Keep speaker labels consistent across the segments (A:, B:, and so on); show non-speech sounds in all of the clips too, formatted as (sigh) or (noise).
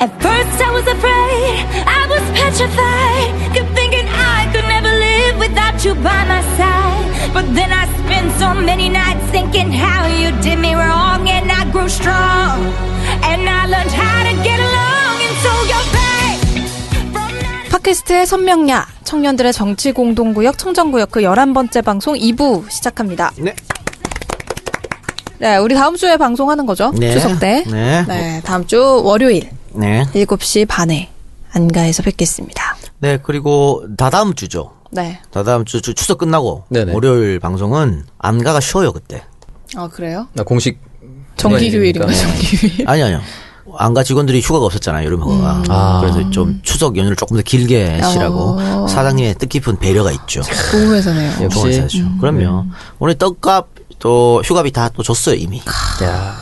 A: At first I was afraid, I was petrified, kept thinking I could never live without you by my side. But then I spent so many nights thinking how you did me wrong, and I grew strong, and I learned how to get along, and so you're back from night.
B: 팟캐스트의 선명야 청년들의 정치 공동구역 청정구역 그 11번째 방송 2부 시작합니다.
C: 네.
B: 네, 우리 다음 주에 방송하는 거죠?
C: 네.
B: 추석 때.
C: 네.
B: 네, 다음 주 월요일
C: 네.
B: 7시 반에 안가에서 뵙겠습니다.
C: 네, 그리고 다다음 주죠.
B: 네.
C: 다다음 주, 주 추석 끝나고
D: 네네.
C: 월요일 방송은 안가가 쉬어요 그때.
B: 아, 그래요?
D: 나 공식
B: 정기
D: 휴가일이니까.
B: 휴일인가 정기 휴일.
C: 아니 아니요. 안가 직원들이 휴가가 없었잖아요 여름 휴가가.
D: 아.
C: 그래서 좀 추석 연휴를 조금 더 길게 쉬라고 사장님의 뜻깊은 배려가 있죠.
B: 궁금해서네요.
D: 역시. 음.
C: 동원사죠. 그럼요. 오늘 떡값 또 휴가비 다 또 줬어요 이미.
D: 야,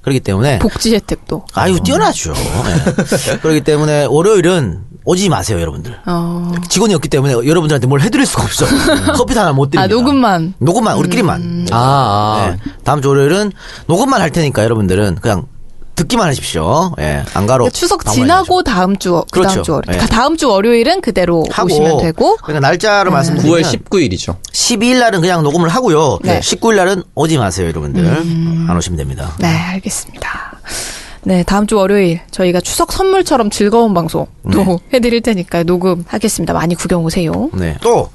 C: 그렇기 때문에
B: 복지 혜택도.
C: 아유 뛰어나죠.
D: (laughs)
C: 예. 그렇기 때문에 월요일은 오지 마세요 여러분들.
B: 어.
C: 직원이 없기 때문에 여러분들한테 뭘 해드릴
B: (laughs)
C: 수가 없어. 커피 하나 못 드립니다.
B: 아, 녹음만.
C: 녹음만 우리끼리만.
D: 아, 아.
C: 네. 다음 주 월요일은 녹음만 할 테니까 여러분들은 그냥 듣기만 하십시오. 예, 안 가로.
B: 그러니까 추석
C: 방문해
B: 지나고 다음 주, 그 다음
C: 그렇죠.
B: 주 월요일.
C: 예.
B: 다음 주 월요일은 그대로
C: 하십시오.
B: 오시면 되고. 음.
C: 그러니까 날짜를 말씀드리면
D: 9월 19일이죠.
C: 12일 날은 그냥 녹음을 하고요.
B: 네.
C: 19일 날은 오지 마세요, 여러분들. 어, 안 오시면 됩니다.
B: 네, 알겠습니다. 네, 다음 주 월요일 저희가 추석 선물처럼 즐거운 방송 또 (laughs) 해드릴 테니까 녹음하겠습니다. 많이 구경 오세요.
C: 네. 또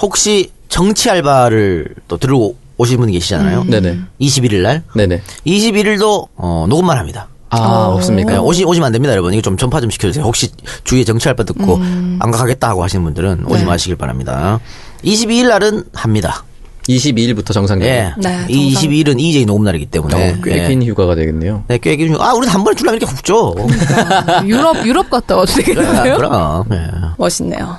C: 혹시 정치 알바를 또 들고 오신 분 계시잖아요.
B: 음.
D: 네네.
C: 21일 날.
D: 네네.
C: 21일도 어, 녹음만 합니다.
D: 아,
C: 네,
B: 어.
D: 없습니까?
C: 오시, 오시면 안 됩니다, 여러분. 이거 좀 전파 좀 시켜주세요. 혹시 주위에 정치 알바 듣고 안 가겠다 하고 하시는 분들은 오지
B: 음. 네.
C: 마시길 바랍니다. 22일 날은 합니다.
D: 22일부터 정상근.
C: 예.
B: 네,
C: 이
B: 정상.
C: 22일은 EJ 녹음 날이기 때문에.
D: 어, 꽤
C: 예.
D: 긴 휴가가 되겠네요.
C: 네, 꽤긴 아, 우리는 한 번에 줄라 이렇게 굽죠.
B: 네. 유럽 유럽 갔다 와도 되겠는데요?
C: 그럼. 예.
B: 멋있네요.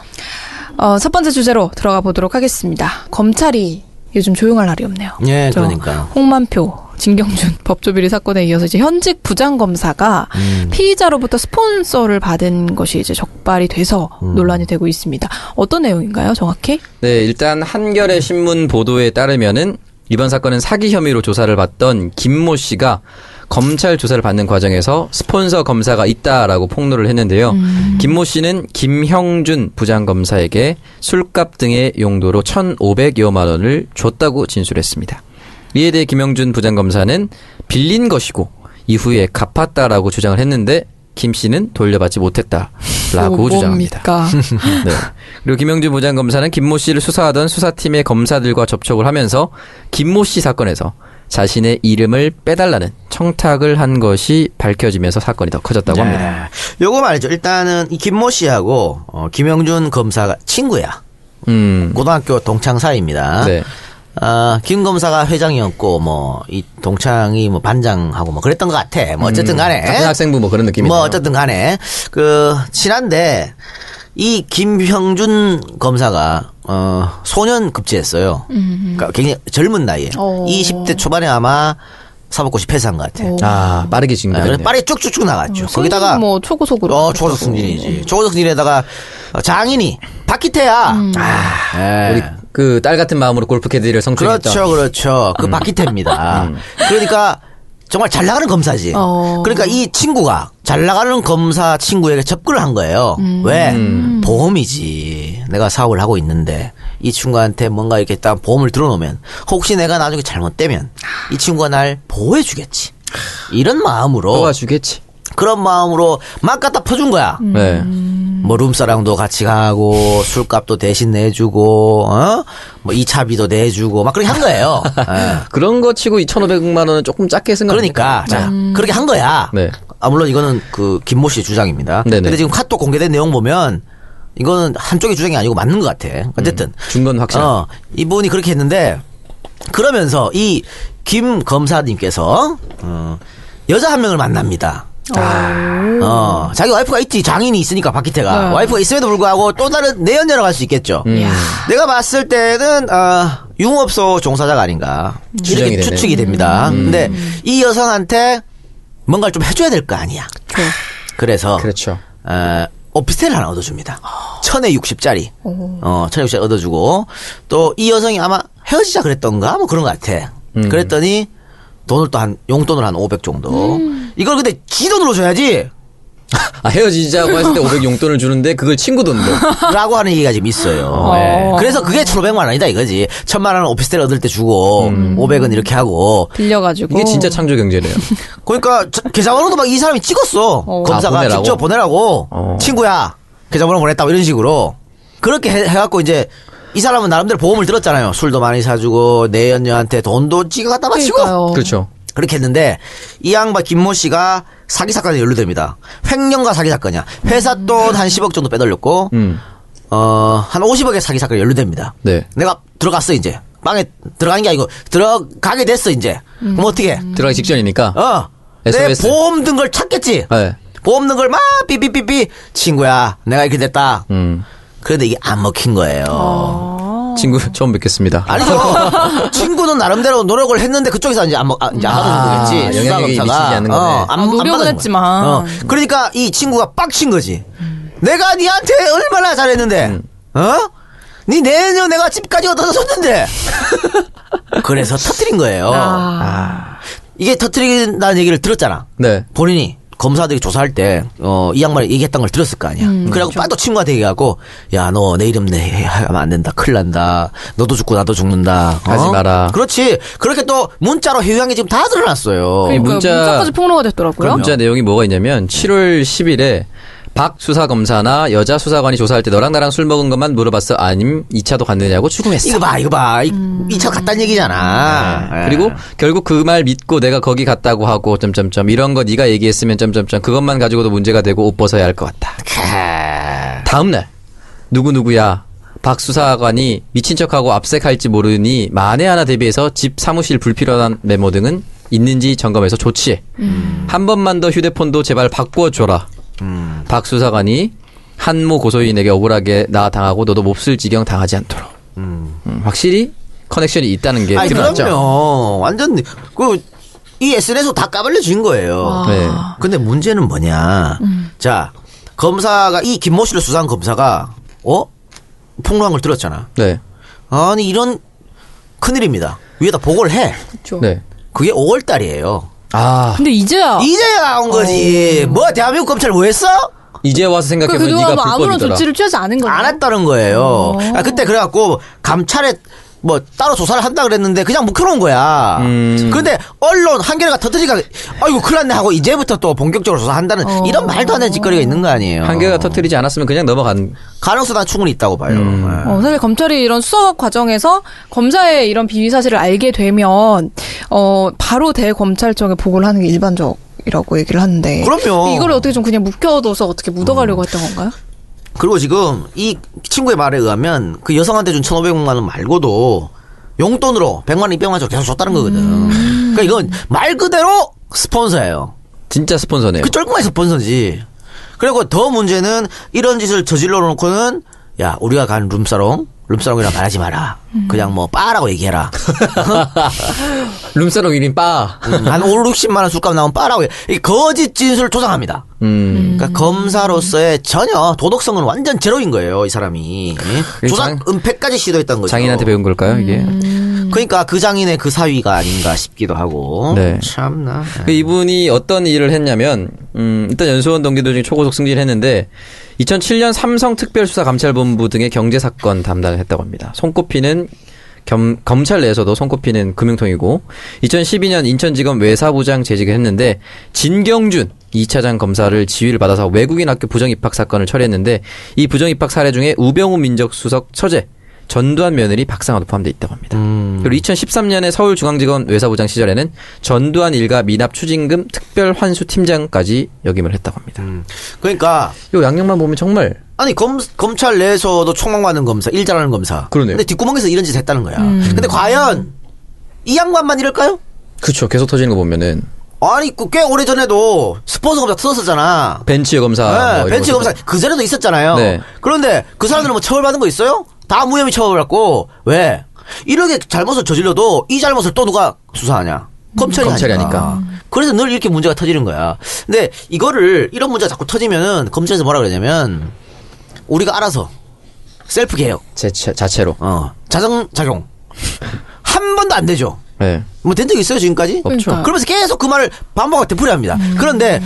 B: 어, 첫 번째 주제로 들어가 보도록 하겠습니다. 검찰이 요즘 조용할 날이 없네요.
C: 예,
B: 저
C: 그러니까요.
B: 홍만표, 진경준 (laughs) 법조비리 사건에 이어서 이제 현직 부장검사가
C: 음.
B: 피의자로부터 스폰서를 받은 것이 이제 적발이 돼서
C: 음.
B: 논란이 되고 있습니다. 어떤 내용인가요, 정확히?
D: 네, 일단 한겨레 신문 보도에 따르면은 이번 사건은 사기 혐의로 조사를 받던 김모 씨가 검찰 조사를 받는 과정에서 스폰서 검사가 있다라고 폭로를 했는데요.
B: 음.
D: 김모 씨는 김형준 부장검사에게 술값 등의 용도로 1,500여만 원을 줬다고 진술했습니다. 이에 대해 김형준 부장검사는 빌린 것이고 이후에 갚았다라고 주장을 했는데 김 씨는 돌려받지 못했다라고 주장합니다.
B: 뭐 뭡니까?
D: (laughs) 네. 그리고 김영준 부장검사는 김모 씨를 수사하던 수사팀의 검사들과 접촉을 하면서 김모 씨 사건에서 자신의 이름을 빼달라는 청탁을 한 것이 밝혀지면서 사건이 더 커졌다고 합니다.
C: 네. 요거 말이죠. 일단은 이 김모 씨하고 어, 김영준 검사가 친구야.
D: 음.
C: 고등학교 동창 사이입니다.
D: 네.
C: 아, 김 검사가 회장이었고 뭐 이 동창이 뭐 반장하고 뭐 그랬던 것 같아. 뭐 어쨌든 간에
D: 음, 같은 학생부 뭐 그런 느낌이네요.
C: 뭐 어쨌든 간에 그 친한데 이 김형준 검사가 어 소년 급제했어요. 그러니까 굉장히 젊은 나이에
B: 어.
C: 20대 초반에 아마 사법고시 패스한 것 같아.
D: 아,
C: 아,
D: 빠르게
C: 그래서
D: 진행되네요.
C: 빠르게 쭉쭉쭉 나갔죠.
B: 승진
C: (laughs) 거기다가
B: 어. 뭐 음. 초고속으로
C: 어, 초고속 승진이지. 초고속 승진에다가 어, 장인이 박기태야.
B: 음.
C: 아, 예.
D: 우리 그 딸 같은 마음으로 골프 캐디를 성추행했던
C: 그렇죠, 그렇죠. 그 박기태입니다. 그러니까 정말 잘 나가는 검사지.
B: 어.
C: 그러니까 이 친구가 잘 나가는 검사 친구에게 접근을 한 거예요. 왜? 보험이지. 내가 사업을 하고 있는데 이 친구한테 뭔가 이렇게 딱 보험을 들어놓으면 혹시 내가 나중에 잘못되면 이 친구가 날 보호해주겠지. 이런 마음으로
D: 도와주겠지.
C: 그런 마음으로 막 갖다 퍼준 거야.
D: 네.
C: 뭐 룸사랑도 같이 가고 술값도 대신 내주고 어뭐 이차비도 내주고 막 그렇게 한
D: (laughs)
C: 거예요. 예.
D: 그런 거 치고 2,500만 원은 조금 작게 쓴거
C: 그러니까 자 그렇게 한 거야.
D: 네.
C: 아 물론 이거는 그 김모 씨의 주장입니다.
D: 네네.
C: 근데 지금 카톡 공개된 내용 보면 이거는 한쪽의 주장이 아니고 맞는 것 같아. 어쨌든
D: 준건 확실한.
C: 어, 이분이 그렇게 했는데 그러면서 이 김 검사님께서 어, 여자 한 명을 만납니다. 어, 자기 와이프가 있지 장인이 있으니까 박기태가
B: 네.
C: 와이프가 있음에도 불구하고 또 다른 내연녀라고 할 수 있겠죠.
D: 음.
C: 내가 봤을 때는 어, 융업소 종사자가 아닌가
D: 추정이
C: 이렇게
D: 되네요. 음.
C: 추측이 됩니다. 근데 이 여성한테 뭔가를 좀 해줘야 될 거 아니야.
B: 네,
C: 그래서
D: 그렇죠.
C: 어, 오피스텔 하나 얻어줍니다. 천에 60짜리. 어, 천에 60짜리 얻어주고, 또 이 여성이 아마 헤어지자 그랬던가? 뭐 그런 것 같아. 그랬더니 돈을 또 한, 용돈을 한 500 정도. 이걸 근데 지 돈으로 줘야지!
D: 아, 헤어지자고 했을 때 500 용돈을 주는데 그걸 친구 돈으로.
C: 라고 하는 얘기가 지금 있어요. 예. 그래서 그게 1,500만 원이다 이거지. 1,000만 원은 오피스텔 얻을 때 주고 500은 이렇게 하고.
B: 빌려가지고.
D: 이게 진짜 창조 경제네요.
C: 그러니까 저- 계좌번호도 막 이 사람이 찍었어.
B: 어.
C: 검사가
D: 아, 보내라고?
C: 직접 보내라고.
D: 어.
C: 친구야 계좌번호 보냈다 뭐 이런 식으로 그렇게 해, 갖고 이제 이 사람은 나름대로 보험을 들었잖아요. 술도 많이 사주고 내연녀한테 돈도 (laughs) 찍어 갖다 바치고
B: 그러니까요.
D: 그렇죠.
C: 그렇게 했는데 이 양반 김모 씨가 사기 사건에 연루됩니다. 횡령과 사기 사건이야. 회사 돈 한 10억 정도 빼돌렸고
D: 음.
C: 어한 50억의 사기 사건에 연루됩니다.
D: 네.
C: 내가 들어갔어 이제 방에 들어가는 게 아니고 들어가게 됐어 이제. 그럼 어떻게?
D: 들어가기 직전이니까.
C: 어.
D: SOS.
C: 내 보험 든 걸 찾겠지.
D: 네.
C: 보험 든 걸 막 삐삐삐삐 친구야 내가 이렇게 됐다.
D: 음.
C: 그런데 이게 안 먹힌 거예요.
B: 어.
C: 어.
D: 친구 (laughs) 처음 뵙겠습니다.
C: 아, 아니죠. (laughs) 친구는 나름대로 노력을 했는데 그쪽에서 이제 안 먹, 아, 이제
D: 아,
C: 하는 거겠지.
D: 영향력이 미치지 않는 거네.
C: 어, 안,
B: 아,
C: 안
B: 노력은
C: 받은 거야.
B: 했지만.
C: 어, 그러니까 이 친구가 빡친 거지. 내가 니한테 얼마나 잘했는데,
D: 음.
C: 어? 니 내년 내가 집까지 얻어다 줬는데. (laughs) 그래서 터트린 거예요.
B: 아.
C: 이게 터트린다는 얘기를 들었잖아.
D: 네.
C: 본인이 검사들이 조사할 때, 어, 이 양반이 얘기했던 걸 들었을 거 아니야. 그래갖고 빠또 친구한테 얘기하고, 야, 너 내 이름 내, 하면 안 된다. 큰일 난다. 너도 죽고 나도 죽는다. 어?
D: 하지 마라.
C: 그렇지. 그렇게 또 문자로 해외양이 지금 다 드러났어요.
B: 그러니까
D: 문자-
B: 문자까지 폭로가 됐더라고요.
D: 문자 내용이 뭐가 있냐면 7월 10일에 박 수사 검사나 여자 수사관이 조사할 때 너랑 나랑 술 먹은 것만 물어봤어. 아님 2차도 갔느냐고 추궁했어.
C: 이거 뭐. 봐, 이거 봐. 이, 이차 갔다는 얘기잖아. 예.
D: 네. 그리고 결국 그 말 믿고 내가 거기 갔다고 하고 점점점 이런 거 네가 얘기했으면 점점점 그것만 가지고도 문제가 되고 옷 벗어야 할 것 같다.
C: 캬.
D: 다음 날 누구 누구야 박 수사관이 미친 척하고 압색할지 모르니 만에 하나 대비해서 집 사무실 불필요한 메모 등은 있는지 점검해서 조치해.
B: 음.
D: 한 번만 더 휴대폰도 제발 바꾸어 줘라.
C: 음.
D: 박 수사관이 한모 고소인에게 억울하게 나 당하고 너도 몹쓸 지경 당하지 않도록. 음, 확실히 커넥션이 있다는 게 그렇죠.
C: 아니,
D: 예, 드러났죠.
C: 그럼요. 완전, 그, 이 SNS 다 까발려 준 거예요.
D: 네.
C: 근데 문제는 뭐냐. 자, 검사가, 이 김모 씨를 수사한 검사가, 어? 폭로한 걸 들었잖아.
D: 네.
C: 아니, 이런 큰일입니다. 위에다 보고를 해.
B: 그렇죠.
D: 네.
C: 그게 5월달이에요.
D: 아
B: 근데 이제야
C: 이제야 나온 거지. 뭐, 대한민국 검찰 뭐 했어?
D: 이제 와서
B: 그
D: 생각해보면
B: 그동안
D: 네가
B: 뭐 아무런
D: 불법이더라.
B: 조치를 취하지 않은 거예요.
C: 안 했다는 거예요. 아, 그때 그래갖고, 감찰에, 뭐, 따로 조사를 한다 그랬는데, 그냥 묵혀놓은 거야.
D: 음.
C: 그런데, 언론, 한겨레가 터뜨리가, 아이고, 큰일 났네 하고, 이제부터 또 본격적으로 조사한다는, 이런 말도 안 되는 짓거리가 있는 거 아니에요.
D: 한계가 터뜨리지 않았으면 그냥 넘어간
C: 가능성은 충분히 있다고 봐요. 예.
B: 어, 사실 검찰이 이런 수사 과정에서 검사의 이런 비위 사실을 알게 되면 어 바로 대검찰청에 보고를 하는 게 일반적이라고 얘기를 하는데
C: 그럼요. 음.
B: 이걸 어떻게 좀 그냥 묵혀둬서 어떻게 묻어가려고 했던 건가요?
C: 그리고 지금 이 친구의 말에 의하면 그 여성한테 준 1,500만 원 말고도 용돈으로 100만 원, 200만 원 계속 줬다는 거거든. 그러니까 이건 말 그대로 스폰서예요.
D: 진짜 스폰서네요.
C: 그 쫄끔한 스폰서지. 그리고 더 문제는 이런 짓을 저질러 놓고는 야, 우리가 간 룸사롱, 룸사롱이라 말하지 마라. 그냥 뭐 빠라고 얘기해라.
D: 룸사롱 이름 빠.
C: 음, 한 5, 60만 원 술값 나온 빠라고. 해. 이 거짓 진술을 조장합니다.
D: 음.
C: 그러니까 검사로서의 전혀 도덕성은 완전 제로인 거예요, 이 사람이.
D: 그게
C: 조작
D: 그러니까 장-
C: 은폐까지 시도했던 거죠.
D: 장인한테 배운 걸까요, 이게?
C: 그러니까 그 장인의 그 사위가 아닌가 싶기도 하고.
D: 네.
C: 참나.
D: 그 이분이 어떤 일을 했냐면, 음, 일단 연수원 동기들 중에 초고속 승진을 했는데, 2007년 삼성특별수사감찰본부 등의 경제사건 담당을 했다고 합니다. 손꼽히는 겸- 검찰 내에서도 손꼽히는 금융통이고, 2012년 인천지검 외사부장 재직을 했는데, 진경준 2차장 검사를 지휘를 받아서 외국인 학교 부정입학 사건을 처리했는데, 이 부정입학 사례 중에 우병우 민정수석 처제, 전두환 며느리 박상아도 포함되어 있다고 합니다. 그리고 2013년에 서울중앙지검 외사부장 시절에는 전두환 일가 미납 추징금 특별 환수 팀장까지 역임을 했다고 합니다.
C: 음. 그러니까
D: 요 양력만 보면 정말
C: 아니 검, 검찰 내에서도 총망하는 검사, 일 잘하는 검사.
D: 그러네요.
C: 근데 뒷구멍에서 이런 짓 했다는 거야. 근데 과연 이 양반만 이럴까요?
D: 그쵸 계속 터지는 거 보면은
C: 아니 그 꽤 오래 전에도 스폰서 검사 터졌었잖아.
D: 벤치 검사,
C: 네,
D: 뭐 이런
C: 벤치
D: 것도-
C: 검사 그 전에도 있었잖아요.
D: 네.
C: 그런데 그 사람들은 뭐 처벌받은 거 있어요? 다 무혐의 처벌받고 왜 이렇게 잘못을 저질러도 이 잘못을 또 누가 수사하냐? 검찰이,
D: 검찰이
C: 하니까.
D: 하니까.
C: 그래서 늘 이렇게 문제가 터지는 거야. 근데 이거를 이런 문제가 자꾸 터지면은 검찰에서 뭐라 그러냐면 우리가 알아서 셀프 개혁,
D: 자체, 자체로
C: 어, 자정 작용 한 번도 안 되죠.
D: 네.
C: 뭐 된 적 있어요 지금까지?
D: 없죠. 음.
B: 그러니까요.
C: 그러면서 계속 그 말을 반복하고 되풀이합니다. 그런데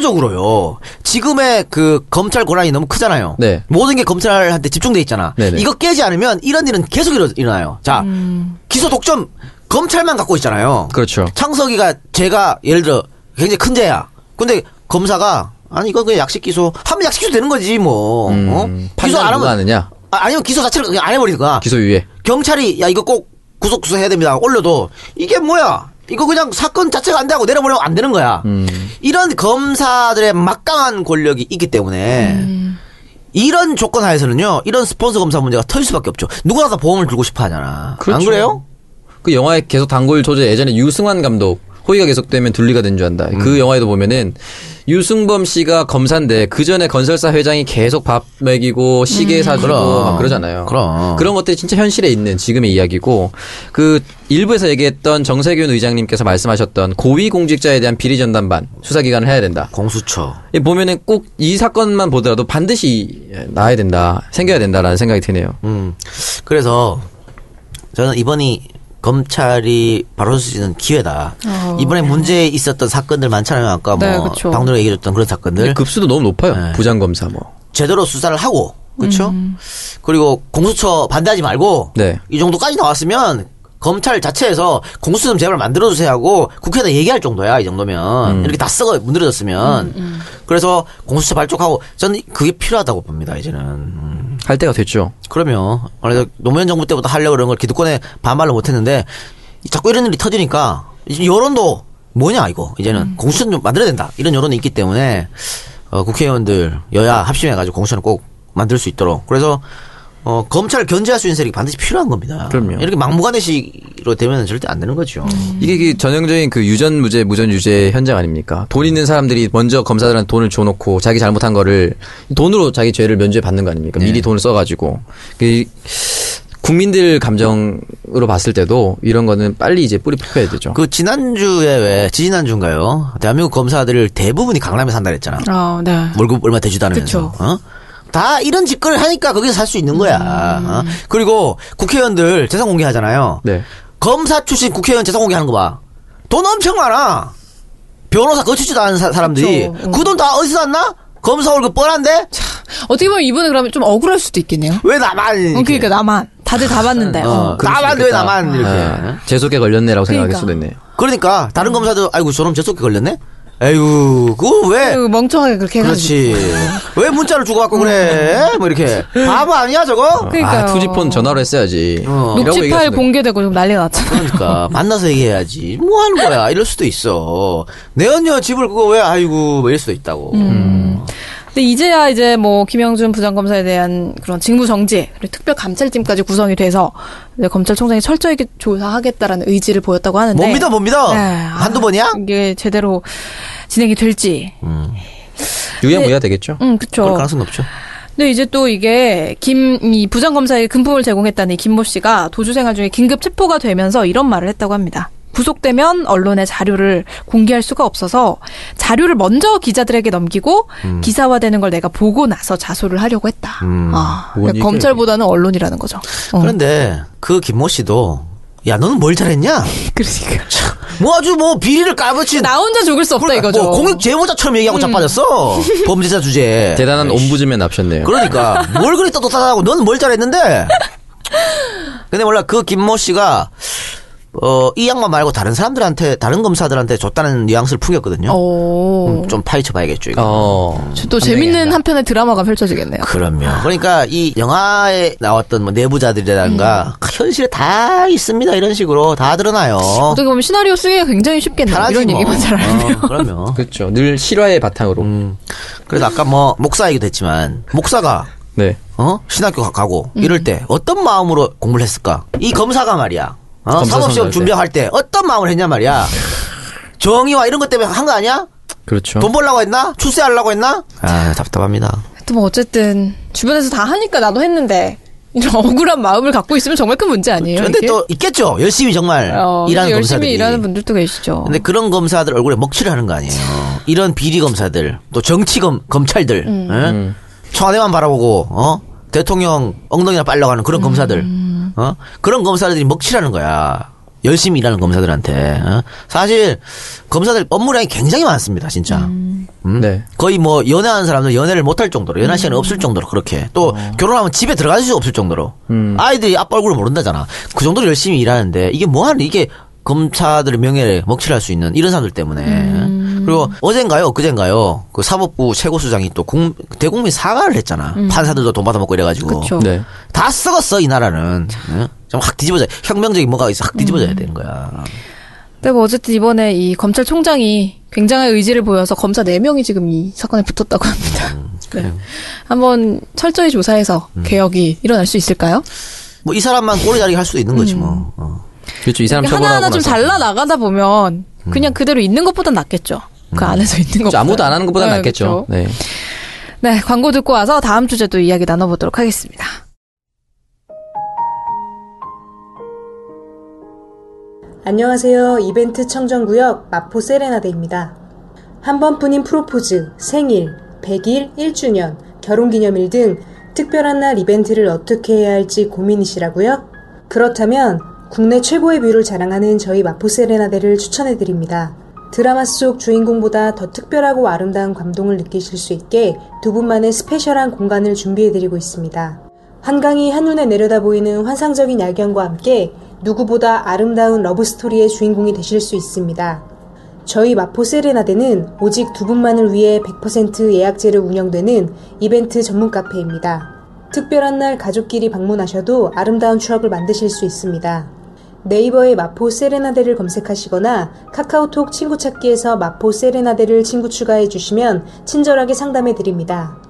C: 구조적으로요. 지금의 그 검찰 권한이 너무 크잖아요.
D: 네.
C: 모든 게 검찰한테 집중돼 있잖아.
D: 네네.
C: 이거 깨지 않으면 이런 일은 계속 일어, 일어나요. 자, 기소 독점 검찰만 갖고 있잖아요.
D: 음. 그렇죠.
C: 창석이가 죄가 예를 들어 굉장히 큰 죄야. 근데 검사가 아니 이건 그냥 약식 기소 하면 약식 기소 되는 거지 뭐.
D: 음,
C: 어? 기소
D: 판단
C: 안
D: 누가
C: 하면
D: 하느냐?
C: 아, 아니면 기소 자체를 그냥 안 해버리는 거야.
D: 기소유예.
C: 경찰이 야 이거 꼭 구속 구속해야 됩니다 올려도 이게 뭐야 이거 그냥 사건 자체가 안 되고 내려보내면 안 되는 거야
D: 음.
C: 이런 검사들의 막강한 권력이 있기 때문에
B: 음.
C: 이런 조건 하에서는요 이런 스폰서 검사 문제가 터질 수밖에 없죠 누구나 다 보험을 들고 싶어 하잖아 안
D: 그렇죠.
C: 그래요?
D: 그 영화에 계속 단골 조제 예전에 유승환 감독 호의가 계속되면 둘리가 된 줄 안다. 그 영화에도 보면은 유승범 씨가 검사인데 그 전에 건설사 회장이 계속 밥 먹이고 시계 사주고
C: 그럼.
D: 막 그러잖아요.
C: 그럼.
D: 그런 것들이 진짜 현실에 있는 지금의 이야기고 그 일부에서 얘기했던 정세균 의장님께서 말씀하셨던 고위 공직자에 대한 비리 전담반 수사 기관을 해야 된다.
C: 공수처
D: 이 보면은 꼭 이 사건만 보더라도 반드시 나야 된다, 생겨야 된다라는 생각이 드네요.
C: 음. 그래서 저는 이번이 검찰이 바로 쓸수 있는 기회다.
B: 어.
C: 이번에 문제 있었던 사건들 많잖아요. 아까
B: 네,
C: 뭐
B: 그쵸.
C: 방금 얘기해줬던 그런 사건들.
D: 근데 급수도 너무 높아요.
C: 네.
D: 부장 검사 뭐.
C: 제대로 수사를 하고 그렇죠. 그리고 공수처 반대하지 말고
D: 네.
C: 이 정도까지 나왔으면 검찰 자체에서 공수처 좀 제발 만들어 주세요 하고 국회에다 얘기할 정도야 이 정도면 이렇게 다 썩어 문드러졌으면 그래서 공수처 발족하고 저는 그게 필요하다고 봅니다 이제는 음.
D: 할 때가 됐죠.
C: 그럼요. 그래서 노무현 정부 때부터 하려고 그런 걸 기득권에 반발로 못했는데 자꾸 이런 일이 터지니까 이제 여론도 뭐냐 이거 이제는 공수처 좀 만들어야 된다 이런 여론이 있기 때문에 어, 국회의원들 여야 합심해가지고 공수처는 꼭 만들 수 있도록 그래서 어, 검찰을 견제할 수 있는 세력이 반드시 필요한 겁니다.
D: 그럼요.
C: 이렇게 막무가내식으로 되면 절대 안 되는 거죠.
D: 이게 그 전형적인 그 유전 무죄 무전 유죄 현장 아닙니까? 돈 있는 사람들이 먼저 검사들한테 돈을 줘놓고 자기 잘못한 거를 돈으로 자기 죄를 면죄 받는 거 아닙니까?
C: 네.
D: 미리 돈을 써가지고 그 국민들 감정으로 봤을 때도 이런 거는 빨리 이제 뿌리 뽑혀야 되죠.
C: 그 지난주에 왜 지지난주인가요? 대한민국 검사들을 대부분이 강남에 산다 그랬잖아.
B: 아, 네.
C: 월급 얼마 되지도 않으면서.
B: 그쵸.
C: 어? 다 이런 짓거리를 하니까 거기서 살 수 있는 거야.
B: 음.
C: 어? 그리고 국회의원들 재산 공개하잖아요.
D: 네.
C: 검사 출신 국회의원 재산 공개하는 거 봐. 돈 엄청 많아. 변호사 거치지도 않은 사, 람들이
B: 그쵸. 음.
C: 그 돈 다 어디서 났나? 검사 월급 뻔한데
B: 어떻게 보면 이분은 그러면 좀 억울할 수도 있겠네요.
C: 왜 나만
B: 어,
C: 뭐- 이렇게?
B: 그러니까 나만 다들 다 봤는데.
C: 어,
B: 어.
D: 그럴
C: 나만
D: 수도
C: 왜
D: 있겠다.
C: 나만 이렇게? 어?
D: 네. 재속에 걸렸네라고 생각할
B: 그러니까.
D: 수도 있네요.
C: 그러니까 다른 검사도 아이고 저놈 재수없게 걸렸네. 에휴 그거 왜?
B: 아유, 멍청하게 네, 그렇게 해가지고.
C: 그렇지. 왜 문자를 주고받고 그래? 뭐 이렇게 바보 아니야 저거?
B: 그러니까요.
D: 아, 투지폰 전화로 했어야지.
C: 어.
D: 이라고
B: 녹취
D: 얘기할
B: 파일
D: 수도 있고.
B: 공개되고 좀 난리가 났잖아요.
C: 그러니까 만나서 얘기해야지 뭐 하는 거야 이럴 수도 있어 내 언니가 집을 그거 왜 아이고 뭐 이럴 수도 있다고
B: 음.
C: 음.
B: 근데 이제야 이제 뭐 김영준 부장검사에 대한 그런 직무 정지 그리고 특별 감찰팀까지 구성이 돼서 이제 검찰총장이 철저히 조사하겠다라는 의지를 보였다고 하는데
C: 못 믿어 못 믿어
B: 네. 아,
C: 한두 번이야
B: 이게 제대로 진행이 될지.
D: 유야무야 되겠죠.
B: 음, 그쵸
C: 그럴 가능성 높죠
B: 근데 네, 이제 또 이게 김 이 부장 검사의 금품을 제공했다는 이 김모 씨가 도주 생활 중에 긴급 체포가 되면서 이런 말을 했다고 합니다. 구속되면 언론에 자료를 공개할 수가 없어서 자료를 먼저 기자들에게 넘기고
C: 음.
B: 기사화되는 걸 내가 보고 나서 자소를 하려고 했다. 아,
D: 뭔
B: 그러니까
D: 얘기야,
B: 검찰보다는 언론이라는 거죠. 어. (laughs)
C: 그런데 그 김모 씨도 야 너는 뭘 잘했냐
B: 그러니까
C: 뭐 아주 뭐 비리를 까부친
B: 그 나 혼자 죽을 수 없다 이거죠. 음.
C: 뭐 공익 제보자처럼 얘기하고
B: (laughs)
C: 자빠졌어 범죄자 주제에
D: 대단한 옴부즈맨 납셨네요.
C: 네. 그러니까 뭘 그리 떳떳하다고 너는 뭘 잘했는데 근데 몰라 그 김모 씨가 어, 이 양반 말고 다른 사람들한테, 다른 검사들한테 줬다는 뉘앙스를 풍겼거든요.
B: 어. 오,
C: 음, 좀 파헤쳐 봐야겠죠, 이거.
D: 어.
B: 또 재밌는 한 편의 드라마가 펼쳐지겠네요.
C: 그럼요. 그러니까 이 영화에 나왔던 뭐 내부자들이라든가 그 현실에 다 있습니다. 이런 식으로 다 드러나요.
B: 어떻게 보면 시나리오 쓰기가 굉장히 쉽겠네요.
C: 편하지
B: 이런
C: 뭐.
B: 얘기만 잘알면
C: 어, 그럼요.
D: (laughs) 그렇죠. 늘 실화의 바탕으로.
C: 음. 그래서 아까 뭐 목사 얘기도 했지만 목사가
D: 네.
C: 어? 신학교 가- 가고 이럴 때 어떤 마음으로 공부를 했을까? 이 검사가 말이야. 어?
D: 검사
C: 사법시험
D: 선고할 때.
C: 준비할 때 어떤 마음을 했냐 말이야. 정의와 이런 것 때문에 한 거 아니야?
D: 그렇죠.
C: 돈 벌려고 했나? 출세하려고 했나? 아, 답답합니다.
B: 또 뭐 어쨌든 주변에서 다 하니까 나도 했는데 이런 (laughs) 억울한 마음을 갖고 있으면 정말 큰 문제 아니에요.
D: 그렇죠.
C: 근데
B: 이게?
C: 또 있겠죠. 열심히 정말
B: 어,
C: 일하는
B: 열심히
C: 검사들이.
B: 일하는 분들도 계시죠.
C: 근데 그런 검사들 얼굴에 먹칠을 하는 거 아니에요. 이런 비리 검사들, 또 정치 검, 검찰들, 예? 청와대만 바라보고, 어? 음. 대통령 엉덩이나 빨려가는 그런 검사들, 어? 그런 검사들이 먹칠하는 거야. 열심히 일하는 검사들한테 어? 사실 검사들 업무량이 굉장히 많습니다 진짜 음?
D: 네.
C: 거의 뭐 연애하는 사람들 연애를 못할 정도로 연애
B: 음.
C: 시간이 없을 정도로 그렇게 또
B: 어.
C: 결혼하면 집에 들어갈 수 없을 정도로
B: 음.
C: 아이들이 아빠 얼굴을 모른다잖아 그 정도로 열심히 일하는데 이게 뭐하는 이게 검사들의 명예를 먹칠할 수 있는 이런 사람들 때문에
B: 음.
C: 그리고 어젠가요 그젠가요 그 사법부 최고수장이 또 공- 대국민 사과를 했잖아 판사들도 돈 받아먹고 이래가지고
B: 음. 그쵸.
D: 네.
C: 다 썩었어 이 나라는 좀 확 뒤집어져 혁명적인 뭐가 있어 확 뒤집어져야
B: 음.
C: 되는 거야
B: 근데 뭐 어쨌든 이번에 이 검찰총장이 굉장한 의지를 보여서 검사 4명이 지금 이 사건에 붙었다고 합니다.
D: 음,
B: (laughs) 네. 한번 철저히 조사해서 개혁이 일어날 수 있을까요?
C: 뭐 이 사람만 꼬리 자르기 할 수도 있는 거지
B: 음.
C: 뭐 어.
D: 그렇죠. 이 사람
B: 그러니까 하나하나
D: 처벌하고
B: 좀
D: 나서 음.
B: 잘라 나가다 보면 그냥 그대로 있는 것보단 낫겠죠. 그 안에서 있는
D: 그렇죠.
B: 것보다.
D: 아무도 안 하는 것보다
B: 네, 그렇죠.
D: 낫겠죠. 네.
B: 네, 광고 듣고 와서 다음 주제도 이야기 나눠보도록 하겠습니다.
E: 안녕하세요. 이벤트 청정구역 마포 세레나데입니다. 한 번뿐인 프로포즈, 생일, 100일, 1주년, 결혼기념일 등 특별한 날 이벤트를 어떻게 해야 할지 고민이시라고요? 그렇다면 국내 최고의 뷰를 자랑하는 저희 마포 세레나데를 추천해드립니다. 드라마 속 주인공보다 더 특별하고 아름다운 감동을 느끼실 수 있게 두 분만의 스페셜한 공간을 준비해드리고 있습니다. 한강이 한눈에 내려다 보이는 환상적인 야경과 함께 누구보다 아름다운 러브스토리의 주인공이 되실 수 있습니다. 저희 마포 세레나데는 오직 두 분만을 위해 100% 예약제를 운영되는 이벤트 전문 카페입니다. 특별한 날 가족끼리 방문하셔도 아름다운 추억을 만드실 수 있습니다. 네이버에 마포 세레나데를 검색하시거나 카카오톡 친구 찾기에서 마포 세레나데를 친구 추가해 주시면 친절하게 상담해 드립니다.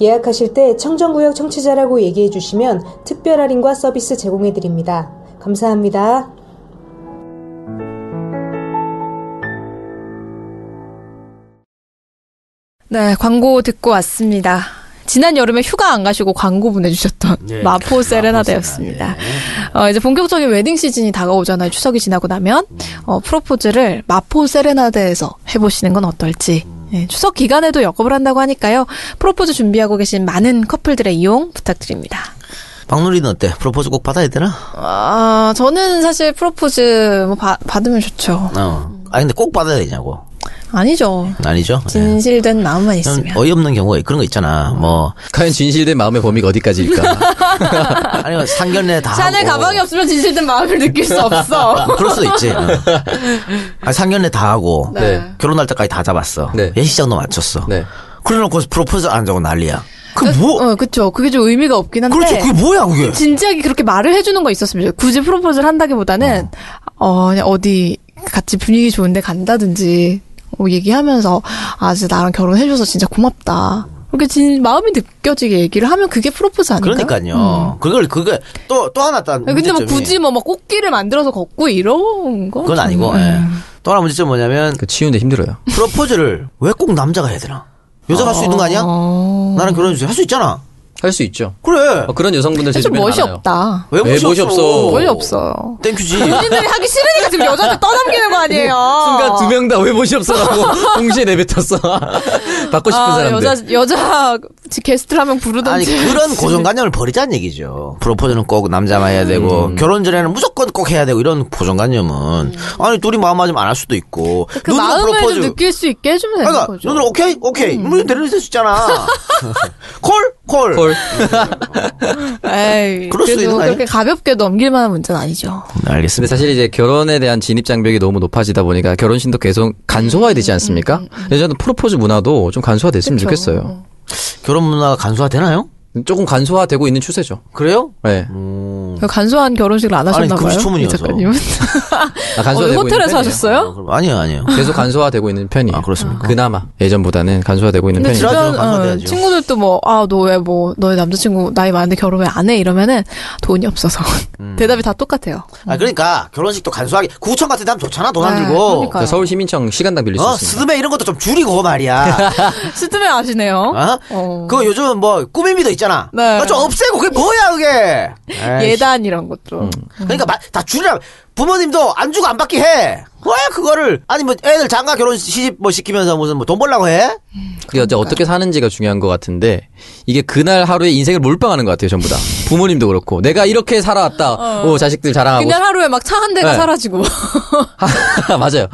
E: 예약하실 때 청정구역 청취자라고 얘기해 주시면 특별 할인과 서비스 제공해 드립니다. 감사합니다.
B: 네, 광고 듣고 왔습니다. 지난 여름에 휴가 안 가시고 광고 보내주셨던
C: 네.
B: 마포 세레나데였습니다. 어, 이제 본격적인 웨딩 시즌이 다가오잖아요. 추석이 지나고 나면 어, 프로포즈를 마포 세레나데에서 해보시는 건 어떨지. 예, 추석 기간에도 역업을 한다고 하니까요. 프로포즈 준비하고 계신 많은 커플들의 이용 부탁드립니다.
C: 박누리는 어때 프로포즈 꼭 받아야 되나
B: 아, 저는 사실 프로포즈 뭐 받- 받으면 좋죠.
C: 어. 아 근데 꼭 받아야 되냐고
B: 아니죠.
C: 아니죠
B: 네.
C: 예.
B: 진실된 마음만
C: 좀
B: 있으면.
C: 어이없는 경우가 그런 거 있잖아 뭐
D: (laughs) 과연 진실된 마음의 범위가
B: (laughs)
D: 어디까지일까?
C: 아니면 상견례 다
B: 샤넬
C: 하고
B: 가방이 없으면 진실된 마음을 느낄 수 (laughs) 없어.
C: 아, 그럴 수도 있지 어. 아니, 상견례 다 하고
D: 네.
C: 결혼할 때까지 다 잡았어
D: 네.
C: 예식장도 맞췄어
D: 네.
C: 그래놓고 프로포즈 안 하고 난리야 그뭐
B: 어, 그쵸. 그게 좀 의미가 없긴 한데.
C: 그렇죠 그게 뭐야 그게
B: 진지하게 그렇게 말을 해주는 거 있었으면 좋겠어요. 굳이 프로포즈를 한다기보다는, 어, 그냥 어디 같이 분위기 좋은데 간다든지, 어, 얘기하면서, 아, 진짜 나랑 결혼해줘서 진짜 고맙다. 그렇게 진, 마음이 느껴지게 얘기를 하면 그게 프로포즈 아닌가요?
C: 그러니까요. 그걸 그게 또 또 하나 딴
B: 아니, 음. 근데 뭐
C: 문제점이
B: 굳이 뭐, 막 꽃길을 만들어서 걷고 이런 거?
C: 그건 아니고
B: 저는-
C: 예. 또 하나 문제점 뭐냐면
D: 그 치우는데 힘들어요.
C: 프로포즈를 왜 꼭 남자가 해야 되나? 여자가 할 수 있는 거 아니야?
B: 어,
C: 나랑 결혼해 주세요. 할 수 있잖아.
D: 할 수 있죠.
C: 그래.
D: 어, 그런 여성분들 제
B: 좀
D: 주변에
B: 멋이
D: 많아요.
B: 없다.
C: 왜
D: 왜
C: 멋이,
D: 멋이 네, 없어?
B: 멋이 없어요.
C: 땡큐지.
B: 본인들이 하기 싫으니까 지금 여자한테 떠넘기는 거 아니에요.
D: 순간 두 명 다 왜 멋이
B: (laughs)
D: 없어라고 (laughs) 동시에 내뱉었어. 받고 싶은
B: 아,
D: 사람들.
B: 여자 여자 (laughs) 지- 게스트를 한명
C: 아니
B: 부르던지.
C: 그런 고정관념을 버리자는 얘기죠. 프로포즈는 꼭 남자만 해야 되고
D: 음.
C: 결혼 전에는 무조건 꼭 해야 되고 이런 고정관념은 아니 둘이 마음 맞으면 안 할 수도 있고
B: 그
C: 누누
B: 마음을 좀 느낄 수 있게 해주면 되는
C: 그러니까
B: 거죠. 음.
C: 누누 오케이 오케이 물 데려줄 수
D: (laughs)
C: 있잖아. 콜 콜.
D: 헐.
B: 에이,
C: 그럴 수도
B: 예, 그래도
C: 있는 거 아니야?
B: 그렇게 가볍게 넘길 만한 문제는 아니죠.
D: 근데
C: 네, 알겠습니다.
D: 사실 이제 결혼에 대한 진입 장벽이 너무 높아지다 보니까 결혼신도 계속
B: 음,
D: 간소화되지 않습니까? 그래서 저는 프로포즈 문화도 좀 간소화됐으면
B: 그쵸. 어.
D: 좋겠어요.
C: 결혼 문화가 간소화되나요?
D: 조금 간소화되고 있는 추세죠.
C: 그래요?
D: 네.
B: 간소한 결혼식을 안
C: 음. 아니,
B: 하셨나 봐요. 이
C: 금시초문이어서.
B: 작가님은 (laughs)
D: 아,
B: 어느
D: 간소화되고 있는
B: 호텔에서
D: 편이에요.
B: 하셨어요?
C: 그럼
B: (laughs)
C: 아니요, 아니요.
D: 계속 간소화되고 있는 편이에요.
C: 아, 그렇습니까?
D: 그나마 예전보다는 간소화되고 있는
B: 근데
D: 편이에요.
C: 지랄-
B: 주변
C: 지랄
B: 어,
C: 간소화돼야죠.
B: 친구들도 뭐 아 너 왜 뭐 너의 남자친구 나이 많은데 결혼 왜 안 해 이러면은 돈이 없어서
C: 음.
B: 대답이 다 똑같아요.
C: 아 그러니까 결혼식도 간소하게 구청 같은 데 하면 좋잖아 돈 안
B: 네,
C: 들고
B: 그러니까요.
D: 서울 시민청 시간당 빌릴 수
B: 아,
C: 어
D: 있습니다.
C: 스드메 이런 것도 좀 줄이고 말이야
B: (laughs) 스드메 아시네요.
C: 어?
B: 어.
C: 그거 요즘 뭐 꾸미미도 있잖아
B: 네. 예.
C: 그거 좀 없애고 그게 뭐야 그게 에이, 음.
B: 예단 이런 것 좀.
C: 그러니까 마- 다 줄이라 부모님도 안 주고 안 받게 해. 왜 그거를 아니 뭐 애들 장가 결혼 시집 뭐 시키면서 무슨 뭐 돈 벌라고 해?
D: 그 여자 어떻게 사는지가 중요한 것 같은데 이게 그날 하루에 인생을 몰빵하는 것 같아요 전부 다 부모님도 그렇고 내가 이렇게 살아왔다 오 자식들
B: 어.
D: 자랑하고
C: 뭐
B: 그날 하루에 막 차 한 대가
D: 네.
B: 사라지고. (laughs)
D: 하- (laughs) 맞아요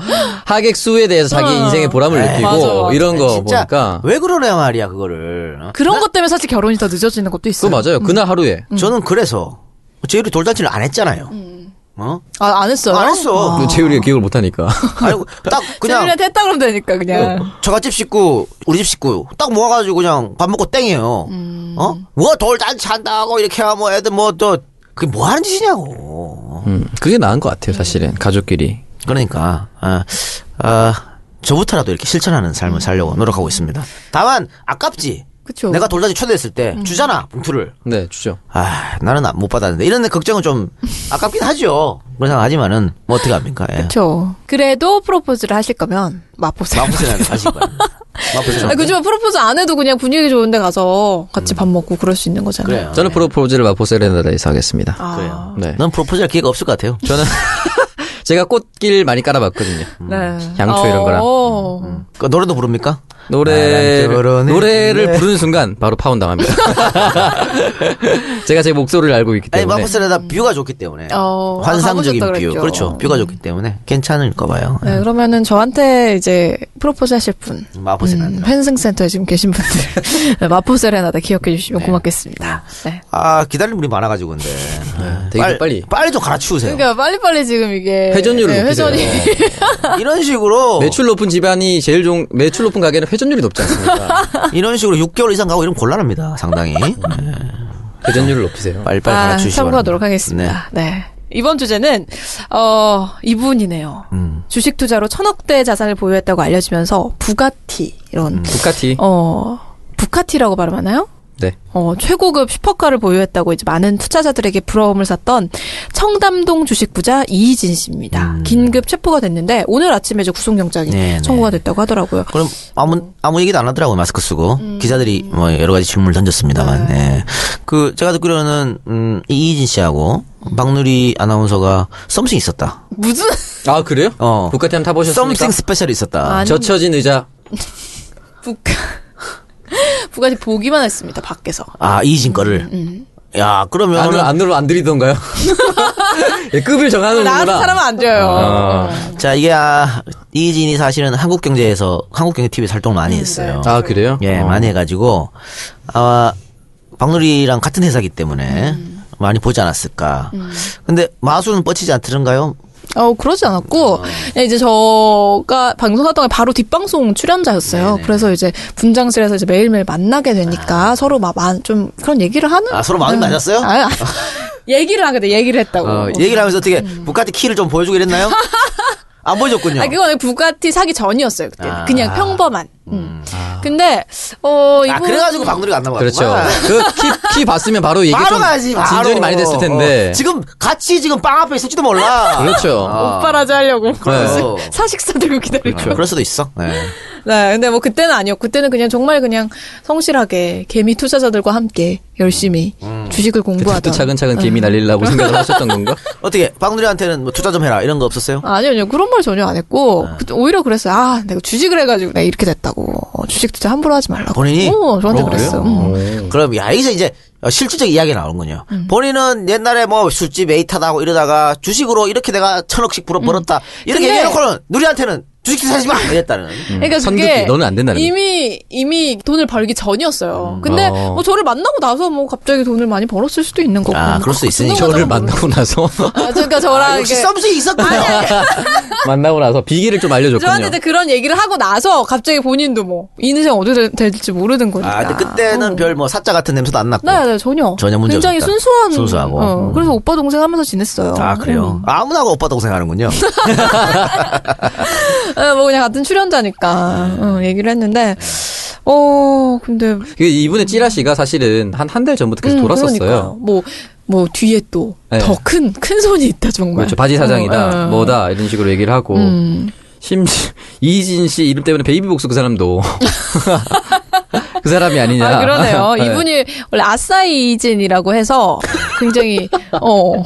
D: 하객 수에 대해서 자기
B: 어.
D: 인생의 보람을
C: 네.
D: 느끼고
B: 맞아, 맞아.
D: 이런 거
C: 진짜
D: 보니까
C: 왜 그러냐 말이야 그거를. 어?
B: 그런 것 때문에 사실 결혼이 더 늦어지는 것도
D: 그거
B: 있어요.
C: 음.
D: 맞아요 그날 하루에
B: 음.
C: 저는 그래서 제일이 돌잔치를 안 했잖아요. 어?
B: 아, 안 했어요?
C: 안 했어.
D: 그 재율이가
B: (laughs)
D: 기억을 못하니까
C: 아니 딱 그냥
B: 재민이한테 했다 그러면 되니까,
D: 어.
B: 그냥.
C: 저가집 식구, 우리 집 식구 딱 모아가지고 그냥 밥 먹고 땡이에요.
B: 음.
C: 어? 뭐 돌잔치 한다고 이렇게 하면 뭐 애들 뭐 또 그게 뭐 하는 짓이냐고.
D: 음, 그게 나은 것 같아요 사실은 가족끼리
C: 그러니까 아, 아, 저부터라도 이렇게 실천하는 삶을 살려고 노력하고 있습니다. 다만 아깝지.
B: 음. 그쵸. 음.
C: 내가 돌잔치 초대했을 때 주잖아 봉투를.
D: 네 주죠
C: 아 나는 안- 못 받았는데 이런 데 걱정은 좀 아깝긴 하죠. 그런 생각하지만은 뭐 어떻게 합니까? 예.
B: 그렇죠. 그래도 프로포즈를 하실 거면 맛보세요.
C: 마포세는 사실 거야.
B: (laughs)
C: 마포세.
B: 아, 그지만 프로포즈 안 해도 그냥 분위기 좋은데 가서 같이
D: 음.
B: 밥 먹고 그럴 수 있는 거잖아요.
C: 그래요.
D: 저는
C: 예.
D: 프로포즈를 마포 세레나다에서 하겠습니다
B: 아,
C: 그래요.
D: 네
C: 넌 프로포즈할 기회가 없을 것 같아요.
D: 저는 (laughs) 제가 꽃길 많이 깔아봤거든요
C: 음.
B: 네.
D: 음. 양초 이런 거랑. 음.
B: 어.
C: 그 노래도 부릅니까?
D: 노래
C: 나랑 결혼했는데.
D: 노래를 부르는 순간 바로
C: (laughs)
D: 파혼 당합니다. 제가 제 목소리를 알고 있기
C: 아니
D: 때문에
C: 마포스레다 뷰가 좋기 때문에
B: 네, 어,
C: 환상적인
B: 아, 가보셨다
C: 뷰
B: 그랬죠.
C: 그렇죠 뷰가 좋기 때문에 괜찮을 거 봐요
B: 네, 그러면은 저한테 이제 프로포즈 하실 분.
C: 네. 마포스레다
B: 음, 펜승센터에 지금 계신
D: (laughs)
B: 분들. 네, 마포세레나다 기억해 주시면 고맙겠습니다. 네.
C: 아 기다리는 분이 많아가지고 근데 네.
D: 되게 빨리.
C: 뭐, 빨리 좀 갈아치우세요
B: 그러니까 빨리빨리 지금 이게.
D: 회전율을
B: 네, 회전이.
D: 높이세요.
B: 그러니까.
D: 어.
B: (laughs)
C: 이런 식으로
D: 매출 높은 집안이 제일 좋은 매출 높은 가게는 회전율이 높지
C: (laughs)
D: 않습니까?
C: 이런 식으로 6개월 이상 가고 이러면 곤란합니다 상당히 네.
D: 회전율을 높이세요.
C: 빨리 빨리
B: 아,
C: 갈아치우시고
B: 참고하도록 하겠습니다. 네. 이번 주제는 어 이분이네요. 주식 투자로 천억대 자산을 보유했다고 알려지면서 부가티 이런
D: 두카티.
B: 어 부카티라고 발음하나요?
D: 네.
B: 어 최고급 슈퍼카를 보유했다고 이제 많은 투자자들에게 부러움을 샀던 청담동 주식 부자 이희진 씨입니다. 긴급 체포가 됐는데 오늘 아침에 이제 구속영장이
C: 네,
B: 청구가
C: 네.
B: 됐다고 하더라고요.
C: 그럼 아무 아무 얘기도 안 하더라고요 마스크 쓰고
B: 음.
C: 기자들이 뭐 여러 가지 질문을 던졌습니다만
B: 네.
C: 예. 그 제가 듣기로는 음, 이희진 씨하고
B: 음.
C: 박누리 아나운서가 썸씽 있었다
B: 무슨 (laughs)
D: 아 그래요?
C: 어.
D: 두카티 한번 타보셨습니까?
C: 썸씽 스페셜이 있었다
B: 아니.
D: 젖혀진 의자.
B: 부카 부가티 보기만 했습니다 밖에서.
C: 아 이희진
B: 음,
C: 거를 야 아, 그러면
D: 안으로 안으로 안 들이던가요?
C: (laughs)
D: 예, 급을 정하는구나.
B: 나가는 사람은 안 줘요.
D: 아,
C: 자 이게 아, 이진이 사실은 한국경제에서 한국경제 TV 에서 활동을
B: 음,
C: 많이 했어요.
B: 네.
D: 아 그래요?
C: 예,
D: 어.
C: 많이 해가지고 아 박누리랑 같은 회사기 때문에
B: 음.
C: 많이 보지 않았을까. 근데 마술은 뻗치지 않더런가요?
B: 어, 그러지
C: 아.
B: 않았고, 그냥 이제 저가 방송하던 게 바로 뒷방송 출연자였어요. 그래서 이제 분장실에서 이제 매일매일 만나게 되니까 서로 막, 마- 좀 그런 얘기를 하는.
C: 아, 서로 마음이
B: 네.
C: 맞았어요?
B: 아, 아,
C: (laughs)
B: 얘기를 하게 돼, 얘기를 했다고.
C: 어, 얘기를 하면서 어떻게 부카티 키를 좀
B: (laughs)
C: 보여주고 이랬나요? 안 보여줬군요.
B: 음. 아, 그거는 부가티 사기 전이었어요, 그때.
C: 아.
B: 는 그냥 평범한. 음. 근데, 어, 이분.
C: 아, 그래가지고 박누리가 안 나와.
D: 그렇죠. 그키 키 봤으면 바로 얘기
C: 바로
D: 좀
C: 가지. 바로.
D: 진전이 많이 됐을 텐데.
C: 어, 지금 아, 같이 지금 빵 앞에 있을지도 몰라.
D: 그렇죠.
B: 오빠라지 하려고.
C: 그래요.
B: (laughs) 사식사 들고 기다리고.
C: 네. 그럴 수도 있어. 네.
B: 네, 근데 뭐 그때는 아니었고, 그때는 그냥 정말 그냥 성실하게 개미 투자자들과 함께 열심히
C: 음.
B: 주식을
D: 그때부터
B: 공부하던.
D: 차근차근 개미 날리려고
C: (laughs)
D: 생각을 하셨던 건가?
C: 어떻게 박누리한테는 뭐 투자 좀 해라 이런 거 없었어요?
B: 아니요, 아니요. 그런 말 전혀 안 했고,
C: 네.
B: 그때 오히려 그랬어요. 아, 내가 주식을 해가지고 내가 이렇게 됐다고. 어, 주식 투자 함부로 하지 말라고.
C: 본인이?
B: 어, 저한테
C: 어,
B: 그랬어.
C: 그래요?
B: 음.
C: 그럼 야 이제 이제 실질적 이야기가 나오는군요. 본인은 옛날에 뭐 술집 에이타다고 이러다가 주식으로 이렇게 내가 천억씩 불어 벌었다 이렇게
B: 근데-
C: 얘기해놓고는 누리한테는 주식 사지 마 이랬다는.
B: 그러니까
C: 음.
D: 선두기,
B: 그게
D: 너는 안 된다는
B: 이미 이미 돈을 벌기
C: 음.
B: 전이었어요. 근데
D: 어.
B: 뭐 저를 만나고 나서 뭐 갑자기 돈을 많이 벌었을 수도 있는 거고.
C: 아, 그럴 수 있으니
B: 어, 그런
D: 저를
B: 거잖아, 모르겠어요.
D: 만나고 나서
B: 아, 그러니까 저랑
C: 아, 역시
B: 이게-
C: 썸씽이 있었군요.
D: (laughs) 만나고 나서 비기를 좀
B: 저한테 이제
D: 알려줬군요. 그런
B: 그런 얘기를 하고 나서 갑자기 본인도 뭐 인생 어떻게 될- 될지 모르는 거니까.
C: 아, 근데 그때는
B: 어.
C: 별 뭐 사자 같은 냄새도 안 났고.
B: 네, 네, 전혀.
C: 전혀 문제
B: 굉장히
C: 없었다.
B: 순수한.
C: 순수하고.
B: 어,
C: 음.
B: 그래서 오빠 동생 하면서 지냈어요.
C: 아 그래요. 아무나가 오빠다고 생각하는군요.
B: 예, 뭐 그냥 같은 출연자니까
D: 네.
B: 어, 얘기를 했는데 어 근데
D: 이분의 찌라시가 사실은 한 한 달 전부터 계속
B: 음,
D: 돌았었어요.
B: 뭐뭐 뭐 뒤에 또 더
D: 네.
B: 큰 큰 손이 있다 정말.
D: 그렇죠. 바지 사장이다,
B: 어, 어.
D: 뭐다 이런 식으로 얘기를 하고
B: 음.
D: 심지 (laughs) 이진 씨 이름 때문에 베이비 복수 그 사람도 (laughs) 그 사람이 아니냐.
B: 아 그러네요.
D: (laughs) 네.
B: 이분이 원래 아싸이진이라고 해서 굉장히 (laughs) 어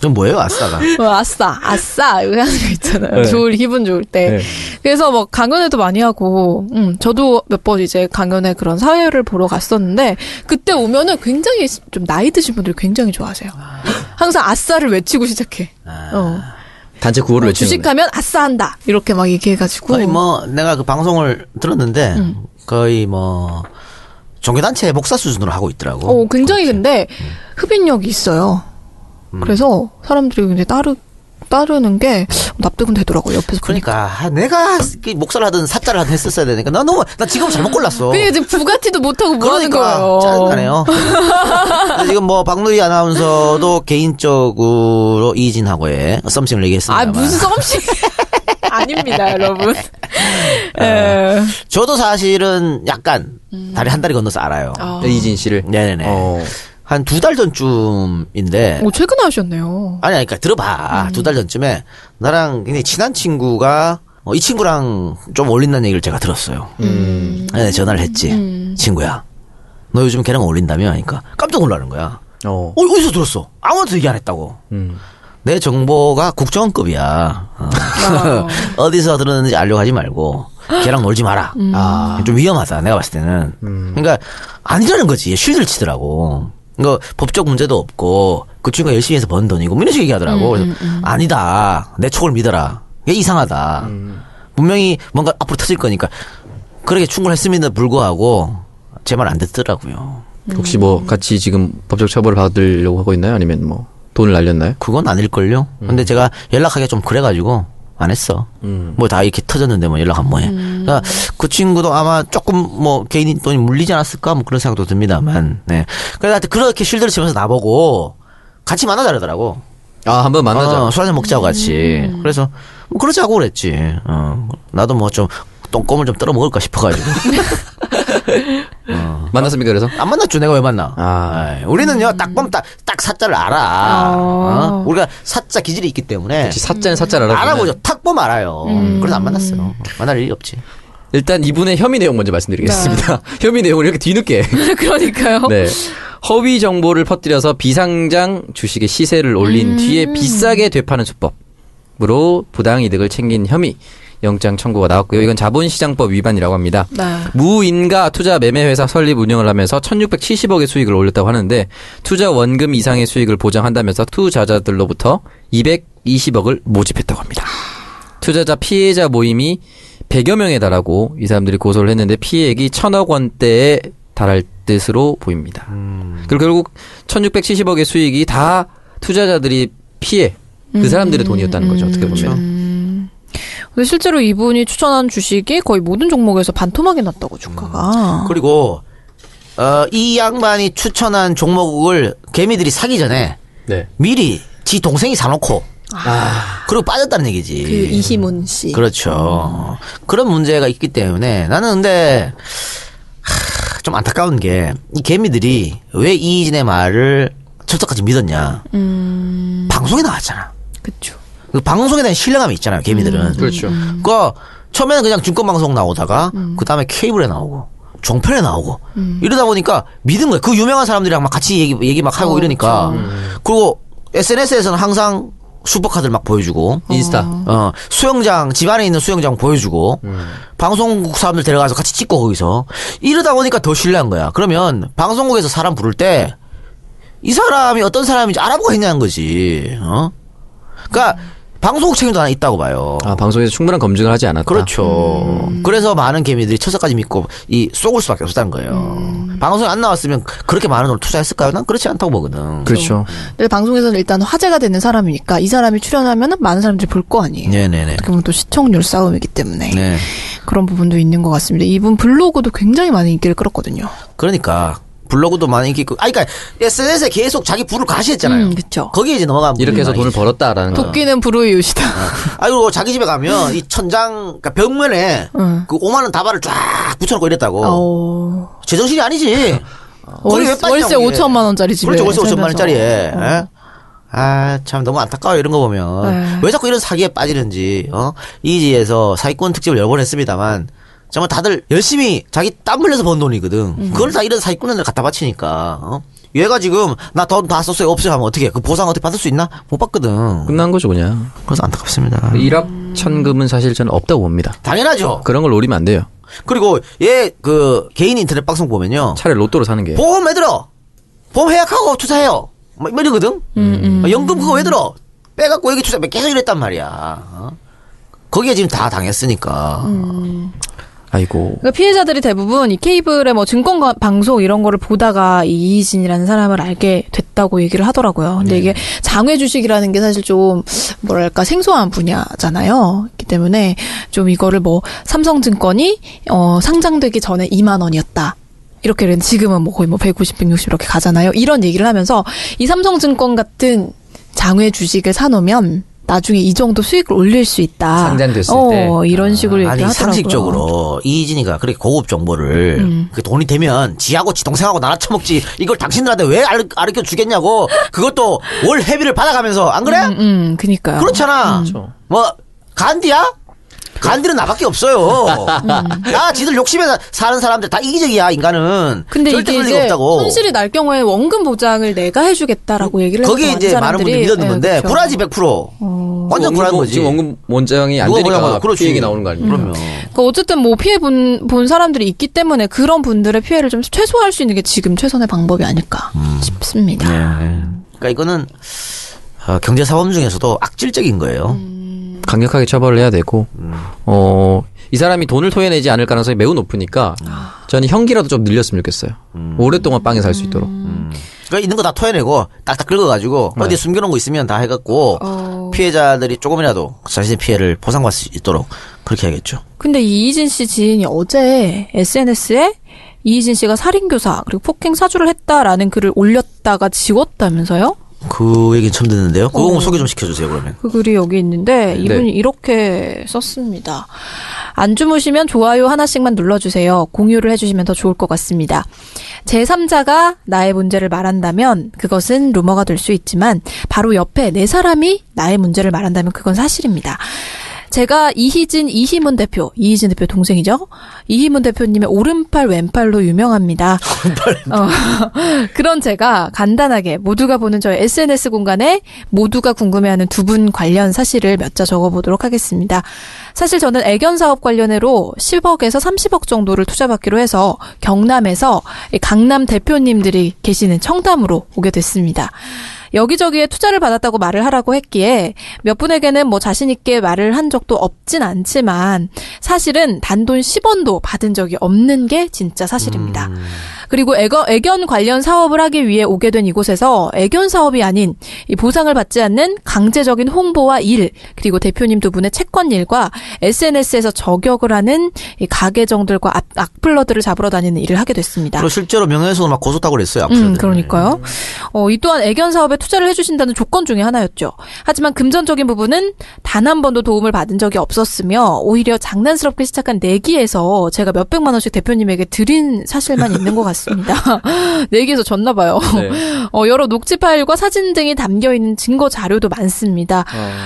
C: 좀 뭐예요, 아싸가?
B: 뭐 아싸, 아싸 이거 하는 거 있잖아요.
D: 네.
B: 좋을 기분 좋을 때.
D: 네.
B: 그래서 뭐 강연회도 많이 하고, 음, 저도 몇 번 이제 강연회 그런 사회를 보러 갔었는데 그때 오면은 굉장히 좀 나이 드신 분들이 굉장히 좋아하세요. 항상 아싸를 외치고 시작해. 어.
D: 단체 구호를
B: 뭐
D: 외치는 거네.
B: 주식하면 아싸한다 이렇게 막 얘기해가지고.
C: 거의 뭐 내가 그 방송을 들었는데
B: 음.
C: 거의 뭐 종교단체 목사 수준으로 하고 있더라고.
B: 어, 굉장히 근데 흡인력이 있어요. 그래서 사람들이 굉장히 따르 따르는 게 어, 납득은 되더라고요. 옆에서 보니까.
C: 그러니까 아, 내가 그 목사를 하든 사자를 하든 했었어야 되니까 나 너무 나 지금 잘못 골랐어. 그러니까
B: 그게 이제 부가티도 못하고 뭐 하는 거예요.
C: 짜증나네요. 근데 지금 뭐 박누리 아나운서도 개인적으로 이진하고의 썸씽을
B: 아
C: 얘기했습니다.
B: 무슨 썸씨 (laughs) 아닙니다 여러분 예.
C: 저도 사실은 약간 다리 한 다리 건너서 알아요.
B: 음. 아.
D: 이진 씨를.
C: 네네네.
D: 어.
C: 한 두 달 전쯤인데
B: 오 어, 최근에 하셨네요
C: 아니, 아니, 그러니까 들어봐. 두 달 전쯤에 나랑 굉장히 친한 친구가 어, 이 친구랑 좀 어울린다는 얘기를 제가 들었어요. 네, 전화를 했지. 친구야, 너 요즘 걔랑 어울린다며? 그러니까 깜짝 놀라는 거야.
D: 어.
C: 어, 어디서 들었어? 아무한테 얘기 안 했다고.
D: 음.
C: 내 정보가 국정원급이야. (laughs) 어. 디서 들었는지 알려가지 말고 걔랑 놀지 마라. 아, 좀 위험하다. 내가 봤을 때는. 그러니까 아니라는 거지. 쉴드를 치더라고. 이거 법적 문제도 없고 그 친구가 열심히 해서 번 돈이고 뭐 이런 식으로 얘기하더라고. 그래서 아니다. 내 촉을 믿어라. 이게 이상하다. 분명히 뭔가 앞으로 터질 거니까 그렇게 충분했음에도 불구하고 제 말 안 듣더라고요.
D: 혹시 뭐 같이 지금 법적 처벌을 받으려고 하고 있나요? 아니면 뭐 돈을 날렸나요?
C: 그건 아닐걸요?
D: 음.
C: 근데 제가 연락하기가 좀 그래가지고, 안 했어. 뭐 다 이렇게 터졌는데 뭐 연락 안 뭐해. 그러니까 그 친구도 아마 조금 뭐 개인 돈이 물리지 않았을까 뭐 그런 생각도 듭니다만, 네. 그래서 하여튼 그렇게 쉴드를 치면서 나보고 같이 만나자 그러더라고.
D: 아, 한번 만나자.
C: 어, 술 한잔 먹자고 같이. 그래서 뭐 그러자고 그랬지. 어, 나도 뭐 좀 똥꼬물 좀 떨어 먹을까 싶어가지고.
D: 만났습니까? 그래서?
C: 안 만났죠. 내가 왜 만나?
D: 아.
C: 아이, 우리는요. 딱 보면 딱, 딱 사자를 알아. 어? 우리가 사자 기질이 있기 때문에.
D: 혹시 사자는 사자를 네. 알아.
C: 알아보죠. 탁 보면 알아요. 그래서 안 만났어요. 만날 일이 없지.
D: 일단 이분의 혐의 내용 먼저 말씀드리겠습니다. (laughs) 혐의 내용을 이렇게 뒤늦게.
B: (laughs) 그러니까요
D: 네. 허위 정보를 퍼뜨려서 비상장 주식의 시세를 올린 뒤에 비싸게 되파는 수법으로 부당 이득을 챙긴 혐의 영장 청구가 나왔고요. 이건 자본시장법 위반이라고 합니다.
B: 네.
D: 무인가 투자 매매회사 설립 운영을 하면서 1670억의 수익을 올렸다고 하는데 투자 원금 이상의 수익을 보장한다면서 투자자들로부터 220억을 모집했다고 합니다. 투자자 피해자 모임이 100여 명에 달하고 이 사람들이 고소를 했는데 피해액이 1000억 원대에 달할 뜻으로 보입니다. 그리고 결국 1670억의 수익이 다 투자자들이 피해 그 사람들의 돈이었다는 거죠. 어떻게 보면.
B: 근데 실제로 이분이 추천한 주식이 거의 모든 종목에서 반토막이 났다고 주가가
C: 그리고 어, 이 양반이 추천한 종목을 개미들이 사기 전에
D: 네.
C: 미리 지 동생이 사놓고 그리고 빠졌다는 얘기지.
B: 예. 이희문 씨
C: 렇죠 그런 문제가 있기 때문에 나는 근데 하, 좀 안타까운 게 이 개미들이 왜 이희진의 말을 철저까지 믿었냐. 방송에 나왔잖아.
B: 그쵸
C: 그 방송에 대한 신뢰감이 있잖아요. 개미들은.
D: 그렇죠.
C: 그러니까 처음에는 그냥 증권 방송 나오다가 그다음에 음. 케이블에 나오고 종편에 나오고 이러다 보니까 믿은 거예요. 그 유명한 사람들이랑 막 같이 얘기 얘기 막 하고 이러니까 어, 그리고 SNS에서는 항상 슈퍼카들 막 보여주고
D: 인스타.
C: 어 수영장 집 안에 있는 수영장 보여주고 방송국 사람들 데려가서 같이 찍고 거기서 이러다 보니까 더 신뢰한 거야. 그러면 방송국에서 사람 부를 때 이 사람이 어떤 사람인지 알아보고 했냐는 거지. 어? 그러니까 방송국 책임도 하나 있다고 봐요.
D: 아, 방송에서 충분한 검증을 하지 않았다.
C: 그렇죠.
D: 음.
C: 그래서 많은 개미들이 철사까지 믿고 이 속을 수밖에 없다는 거예요.
D: 음.
C: 방송에 안 나왔으면 그렇게 많은 돈을 투자했을까요? 난 그렇지 않다고 보거든.
D: 그렇죠.
B: 근데 방송에서는 일단 화제가 되는 사람이니까 이 사람이 출연하면 많은 사람들이 볼 거 아니에요
C: 네네네.
B: 어떻게 보면 또 시청률 싸움이기 때문에
C: 네.
B: 그런 부분도 있는 것 같습니다 이분 블로그도 굉장히 많은 인기를 끌었거든요
C: 그러니까 블로그도 많이 인기 있고, 아, 그러니까 SNS에 계속 자기 부를 과시했잖아요.
B: 음, 그쵸.
C: 거기에 이제 넘어가면
D: 이렇게 해서 돈을
C: 분명히-
D: 벌었다라는 거.
B: 도끼는 부르이웃이다
C: 아이고 자기 집에
D: 음.
C: 가면 이 천장 그러니까 벽면에
B: 응.
C: 그 5만 원 다발을 쫙 붙여놓고
B: (laughs)
C: 이랬다고.
B: 어...
C: 제정신이 아니지. 거기 왜
B: 월세,
C: 빠지냐고,
B: 월세
C: 이게.
B: 5천만 원짜리 집에
C: 그렇죠. 월세 5천만
B: 살면서. 어.
C: 원짜리에. 예? 아 참 너무 안타까워 이런 거 보면
B: 네.
C: 왜 자꾸 이런 사기에 빠지는지 어 이지에서 사기꾼 특집을 여러 번 했습니다만
B: 음.
C: 정말 다들 열심히 자기 땀 흘려서 번 돈이거든 그걸 다 이런 사기꾼한테 갖다 바치니까 어? 얘가 지금 나 돈 다 썼어요 없어요 하면 어떻게 그 보상 어떻게 받을 수 있나 못 받거든.
D: 끝난 거죠 그냥.
C: 그래서 안타깝습니다.
B: 음.
D: 일합 천금은 사실 저는 없다고 봅니다.
C: 당연하죠.
D: 그런 걸 노리면 안 돼요.
C: 그리고 얘 그 개인 인터넷 방송 보면요.
D: 차라리 로또로 사는
B: 예.
D: 게.
C: 보험 왜 어. 들어? 보험 해약하고 투자해요. 막 이러거든?
B: 음,
C: 막 연금 그거 왜 들어? 빼갖고 여기 투자, 계속 이랬단 말이야. 어? 거기에 지금 다 당했으니까.
B: 음,
D: 아이고.
B: 그러니까 피해자들이 대부분 이 케이블의 뭐 증권 가- 방송 이런 거를 보다가 이 이희진이라는 사람을 알게 됐다고 얘기를 하더라고요.
C: 네.
B: 근데 이게 장외 주식이라는 게 사실 좀 뭐랄까 생소한 분야잖아요. 그렇기 때문에 좀 이거를 뭐 삼성증권이 어 상장되기 전에 2만 원이었다. 이렇게 된 지금은 뭐 거의 뭐 150, 160 이렇게 가잖아요. 이런 얘기를 하면서 이 삼성증권 같은 장외 주식을 사놓으면 나중에 이 정도 수익을 올릴 수 있다.
D: 상장됐을
B: 어,
D: 때.
B: 이런 식으로
C: 아니,
B: 얘기하더라고요.
C: 상식적으로 이희진이가 그렇게 고급 정보를
B: 음.
C: 그 돈이 되면 지하고 지 동생하고 나눠 처먹지 이걸 당신들한테 왜 알- 알려 주겠냐고 그것도 월 회비를 받아가면서 안 그래?
B: 음, 음, 그니까요.
C: 그렇잖아.
D: 그렇죠.
C: 뭐 간디야? 간디는 나밖에 없어요.
B: 음.
C: 나 지들 욕심에 사- 사는 사람들 다 이기적이야 인간은.
B: 근데
C: 절대
B: 이게
C: 그럴 리가
B: 이제
C: 없다고.
B: 손실이 날 경우에 원금 보장을 내가 해주겠다라고 얘기를 해서
C: 거기에
B: 많은
C: 이제 많은
B: 사람들이-
C: 분들이 믿었는
B: 예,
C: 건데
B: 그렇죠. 어.
C: 불화지 100%. 완전
D: 원금
C: 불화한
D: 원-
C: 거지.
D: 지금 원금 원장이 안
C: 누가
D: 되니까
C: 보냐고. 그렇지.
D: 그 얘기 나오는 거 아닙니까?
C: 그럼요.
B: 그 어쨌든 뭐 피해 본, 본 사람들이 있기 때문에 그런 분들의 피해를 좀 최소화할 수 있는 게 지금 최선의 방법이 아닐까
C: 음.
B: 싶습니다.
C: 그러니까 이거는 어, 경제 사범 중에서도 악질적인 거예요.
B: 음.
D: 음. 강력하게 처벌을 해야 되고
C: 음.
D: 어, 이 사람이 돈을 토해내지 않을 가능성이 매우 높으니까
C: 음.
D: 저는 형기라도 좀 늘렸으면 좋겠어요. 오랫동안 빵에 살 수 있도록.
C: 그러니까 있는 거 다 토해내고 딱딱 긁어가지고
D: 네.
C: 어디 에 숨겨놓은 거 있으면 다 해갖고
B: 어.
C: 피해자들이 조금이라도 자신의 피해를 보상받을 수 있도록 그렇게 해야겠죠.
B: 근데 이희진 씨 지인이 어제 SNS에 이희진 씨가 살인교사 그리고 폭행 사주를 했다라는 글을 올렸다가 지웠다면서요?
C: 그 얘기는 처음 듣는데요. 그거
B: 어.
C: 좀 소개 좀 시켜주세요 그러면.
B: 그 글이 여기 있는데 이분이
D: 네.
B: 이렇게 썼습니다. 안 주무시면 좋아요 하나씩만 눌러주세요. 공유를 해주시면 더 좋을 것 같습니다. 제3자가 나의 문제를 말한다면 그것은 루머가 될 수 있지만 바로 옆에 내 사람이 나의 문제를 말한다면 그건 사실입니다. 제가 이희진 이희문 대표, 이희진 대표 동생이죠. 이희문 대표님의 오른팔 왼팔로 유명합니다. 어, (laughs) 그런 제가 간단하게 모두가 보는 저의 SNS 공간에 모두가 궁금해하는 두 분 관련 사실을 몇 자 적어보도록 하겠습니다. 사실 저는 애견 사업 관련해로 10억에서 30억 정도를 투자받기로 해서 경남에서 이 강남 대표님들이 계시는 청담으로 오게 됐습니다. 여기저기에 투자를 받았다고 말을 하라고 했기에 몇 분에게는 뭐 자신있게 말을 한 적도 없진 않지만 사실은 단돈 10원도 받은 적이 없는 게 진짜 사실입니다. 그리고 애거, 애견 관련 사업을 하기 위해 오게 된 이곳에서 애견 사업이 아닌 이 보상을 받지 않는 강제적인 홍보와 일 그리고 대표님 두 분의 채권 일과 SNS에서 저격을 하는 이 가계정들과 악, 악플러들을 잡으러 다니는 일을 하게 됐습니다.
C: 그리고 실제로 명예훼손 막 고소다고 그랬어요.
B: 음,
C: 앞으로는.
B: 그러니까요. 어, 이 또한 애견 사업에 투자를 해주신다는 조건 중에 하나였죠. 하지만 금전적인 부분은 단 한 번도 도움을 받은 적이 없었으며 오히려 장난스럽게 시작한 내기에서 제가 몇 백만 원씩 대표님에게 드린 사실만 있는 것 같습니다. (laughs) 내기에서 졌나 봐요. 어, 여러 녹취 파일과 사진 등이 담겨 있는 증거 자료도 많습니다.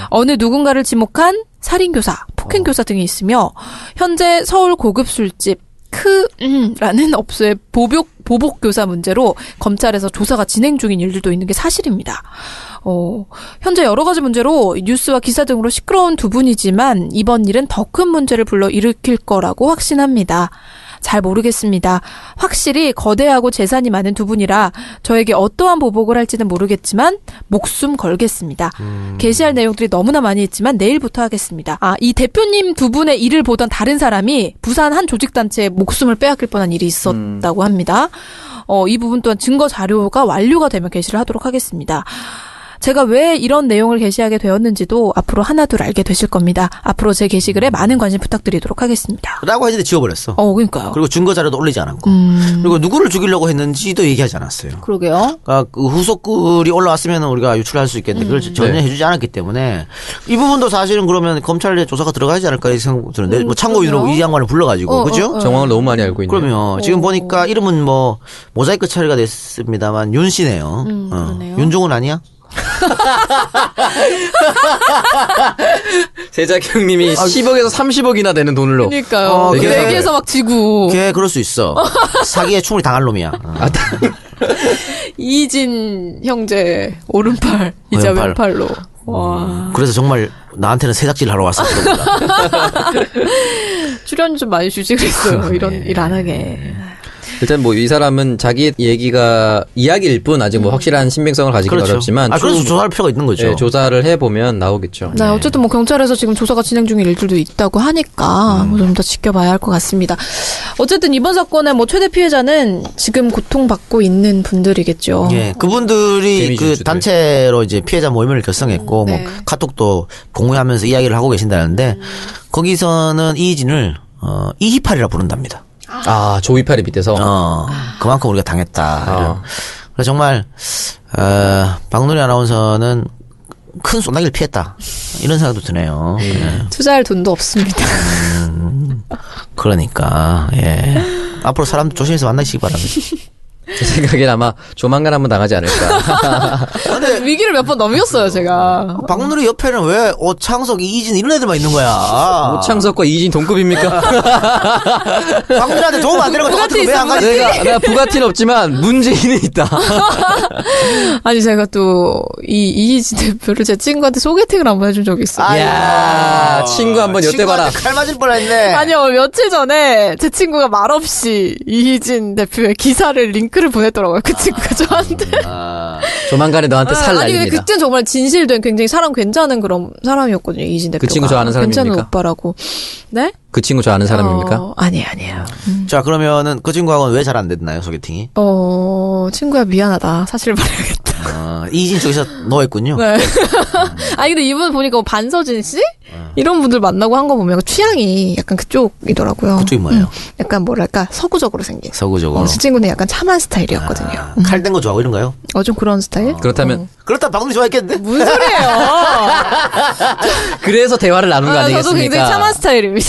B: 어느 누군가를 지목한 살인교사, 폭행교사 등이 있으며 현재 서울 고급 술집 크라는 업소의 보복 보복 교사 문제로 검찰에서 조사가 진행 중인 일들도 있는 게 사실입니다. 어, 현재 여러 가지 문제로 뉴스와 기사 등으로 시끄러운 두 분이지만 이번 일은 더 큰 문제를 불러 일으킬 거라고 확신합니다. 잘 모르겠습니다. 확실히 거대하고 재산이 많은 두 분이라 저에게 어떠한 보복을 할지는 모르겠지만 목숨 걸겠습니다. 게시할 내용들이 너무나 많이 있지만 내일부터 하겠습니다. 아, 이 대표님 두 분의 일을 보던 다른 사람이 부산 한 조직단체에 목숨을 빼앗길 뻔한 일이 있었다고 합니다. 어, 이 부분 또한 증거 자료가 완료가 되면 게시를 하도록 하겠습니다. 제가 왜 이런 내용을 게시하게 되었는지도 앞으로 하나둘 알게 되실 겁니다. 앞으로 제 게시글에 많은 관심 부탁드리도록 하겠습니다.
C: 라고 했는데 지워버렸어.
B: 어, 음. 그러니까요.
C: 그리고 증거 자료도 올리지 않았고. 그리고 누구를 죽이려고 했는지도 얘기하지 않았어요.
B: 그러게요.
C: 그러니까 그 후속글이 올라왔으면 우리가 유출할 수
B: 음.
C: 있겠는데 그걸 전혀
D: 네.
C: 해주지 않았기 때문에 이 부분도 사실은 그러면 검찰의 조사가 들어가지 않을까 이 생각 드는데 뭐 참고인으로
B: 음, 그러네요.
C: 이 양반을 불러가지고
B: 어,
C: 그죠?
B: 어, 어.
D: 정황을 너무 많이 알고 있네요.
C: 그럼요. 지금 보니까 이름은 뭐 모자이크 처리가 됐습니다만 윤 씨네요. 어.
B: 음, 그러네요.
C: 윤종훈 아니야?
D: 세자경님이
C: 아,
D: 10억에서 30억이나 되는 돈으로.
B: 그러니까요.
C: 어,
B: 그
D: 그래.
B: 얘기에서 막 지고
C: (laughs) 아, 음. 걔 그럴 수 있어. 사기에 충분히 당할 놈이야. 어.
B: 이진 형제 오른팔 이자
C: 왼팔.
B: 왼팔로. 와
C: 그래서 정말 나한테는 세작질 하러 왔어.
B: 출연 좀 많이 주지 그랬어요. 이런 일 안 하게.
D: 일단 뭐 이 사람은 자기 얘기가 이야기일 뿐 아직
B: 음.
D: 뭐 확실한 신빙성을 가지긴
C: 그렇죠.
D: 어렵지만
C: 아, 그래서
D: 쭉,
C: 조사할 필요가 있는 거죠. 어.
D: 예, 조사를 해보면 나오겠죠.
B: 그렇죠. 네, 어쨌든 뭐 경찰에서 지금 조사가 진행 중인 일들도 있다고 하니까 뭐 좀 더 지켜봐야 할 것 같습니다. 어쨌든 이번 사건의 뭐 최대 피해자는 지금 고통받고 있는 분들이겠죠.
C: 예, 그분들이
D: 데미지
C: 그
D: 유출을.
C: 단체로 이제 피해자 모임을 결성했고
B: 네.
C: 뭐 카톡도 공유하면서 이야기를 하고 계신다는데 거기서는 이진을 어, 이희팔이라 부른답니다.
D: 아 조이팔이 밑에서
C: 어, 그만큼 우리가 당했다. 이런. 그래서 정말 어, 박누리 아나운서는 큰 소나기를 피했다 이런 생각도 드네요. 예.
B: 투자할 돈도 없습니다.
C: 그러니까 예. (laughs) 앞으로 사람 조심해서 만나시기 바랍니다.
D: 제 생각엔 아마 조만간 한번 당하지
B: (laughs)
D: 않을까.
B: 위기를 몇 번 넘겼어요, 제가.
C: 박누리 옆에는 왜 오창석, 이진 이런 애들만 있는 거야?
D: 오창석과 이진 동급입니까?
C: 박누리한테 도움 안 되는 거 똑같은
B: 부가티
C: 거왜안
B: 있어,
C: 가지?
D: 내가 나 부가티는 없지만 문재인은 있다.
B: 아니, 제가 또, 이, 이희진 대표를 제 친구한테 소개팅을 한번 해준 적이 있어요.
C: 아이고.
D: 야, 친구 한번 엿대봐라.
C: 친구한테 칼 맞을 뻔했네.
B: (laughs) 아니요, 며칠 전에 제 친구가 말없이 이희진 대표의 기사를 링크를 보냈더라고요. 그 친구가 저한테.
D: 조만간에 너한테 살
B: 아니 근데
D: 날립니다.
B: 그땐 정말 진실된 굉장히 사람 괜찮은 그런 사람이었거든요 이진 대표가
D: 그 친구 저 아는
B: 괜찮은
D: 사람입니까?
B: 오빠라고 네
D: 그 친구 저 아는 사람입니까?
B: 어, 아니 아니에요
C: 자 그러면은 그 친구하고는 왜 잘 안 됐나요 소개팅이?
B: 어 친구야 미안하다 사실 말해야겠다
C: 어, 이진 쪽에서 너였군요.
B: 네. (laughs) 아니 근데 이분 보니까 뭐 반서진 씨
D: 네.
B: 이런 분들 만나고 한 거 보면 취향이 약간 그쪽이더라고요
C: 그쪽이 뭐예요?
B: 약간 뭐랄까 서구적으로 생긴
C: 서구적으로.
B: 어, 제 친구는 약간 참한 스타일이었거든요
C: 칼댄 거 좋아하고 이런가요?
B: 어 좀 그런 스타일 어.
D: 그렇다면
C: 그렇다 박누리 좋아했겠는데?
B: 무슨
D: (laughs)
B: 소리예요
D: 그래서 대화를 나눈 거
B: 아,
D: 아니겠습니까? 네.
B: 저도 굉장히 참한 스타일입니다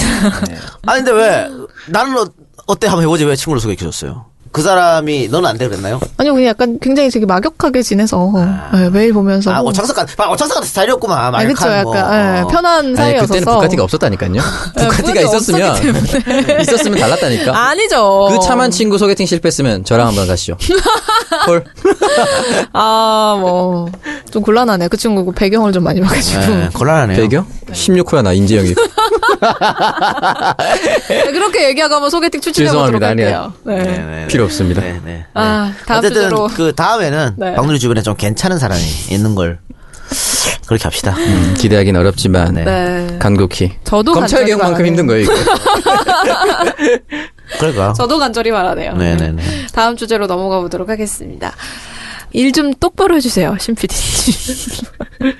C: 아니 근데 왜 나는 어, 어때 한번 해보지 왜 친구를 소개해줬어요? 그 사람이 너는 안 돼 그랬나요?
B: 아니요, 그냥 약간 굉장히 되게 막역하게 지내서
D: 아.
B: 예, 매일 보면서.
D: 뭐
C: 아 오창석 같은 아, 오창석 같은 스타일이었구만.
B: 아, 그쵸,
C: 말칸
B: 약간
C: 뭐.
B: 예,
C: 어.
B: 편한
D: 아니
B: 사이여서. 네,
D: 그때는 부가티가 없었다니까요. 부가티가 있었으면 있었으면 달랐다니까.
B: 아니죠.
D: 그 참한 친구 소개팅 실패했으면 저랑
B: (laughs)
D: 한번 가시죠. 헐.
B: 아, 뭐. 좀 곤란하네. 그 친구 배경을 좀 많이 봐가지고.
C: 예, 곤란하네요.
D: 배경? 16호야 나 인재영이.
B: 네, 그렇게 얘기하고 한번 소개팅 추진해보도록
D: 죄송합니다.
B: 할게요. 네.
C: 네네.
D: 필요 없습니다.
C: 네, 네.
B: 아, 다음
C: 어쨌든
B: 주제로.
C: 그 다음에는
B: 네.
C: 박누리 주변에 좀 괜찮은 사람이 있는 걸 그렇게 합시다.
D: 음, 기대하긴 어렵지만
B: 네.
D: 간곡히.
B: 저도
D: 검찰
B: 간절히
D: 개혁만큼
B: 바라네요.
D: 힘든 거예요. 이거.
C: 그럴까?
B: 저도 간절히 바라네요.
C: 네네네.
B: 다음 주제로 넘어가 보도록 하겠습니다. 일 좀 똑바로 해주세요, 신PD님. (laughs)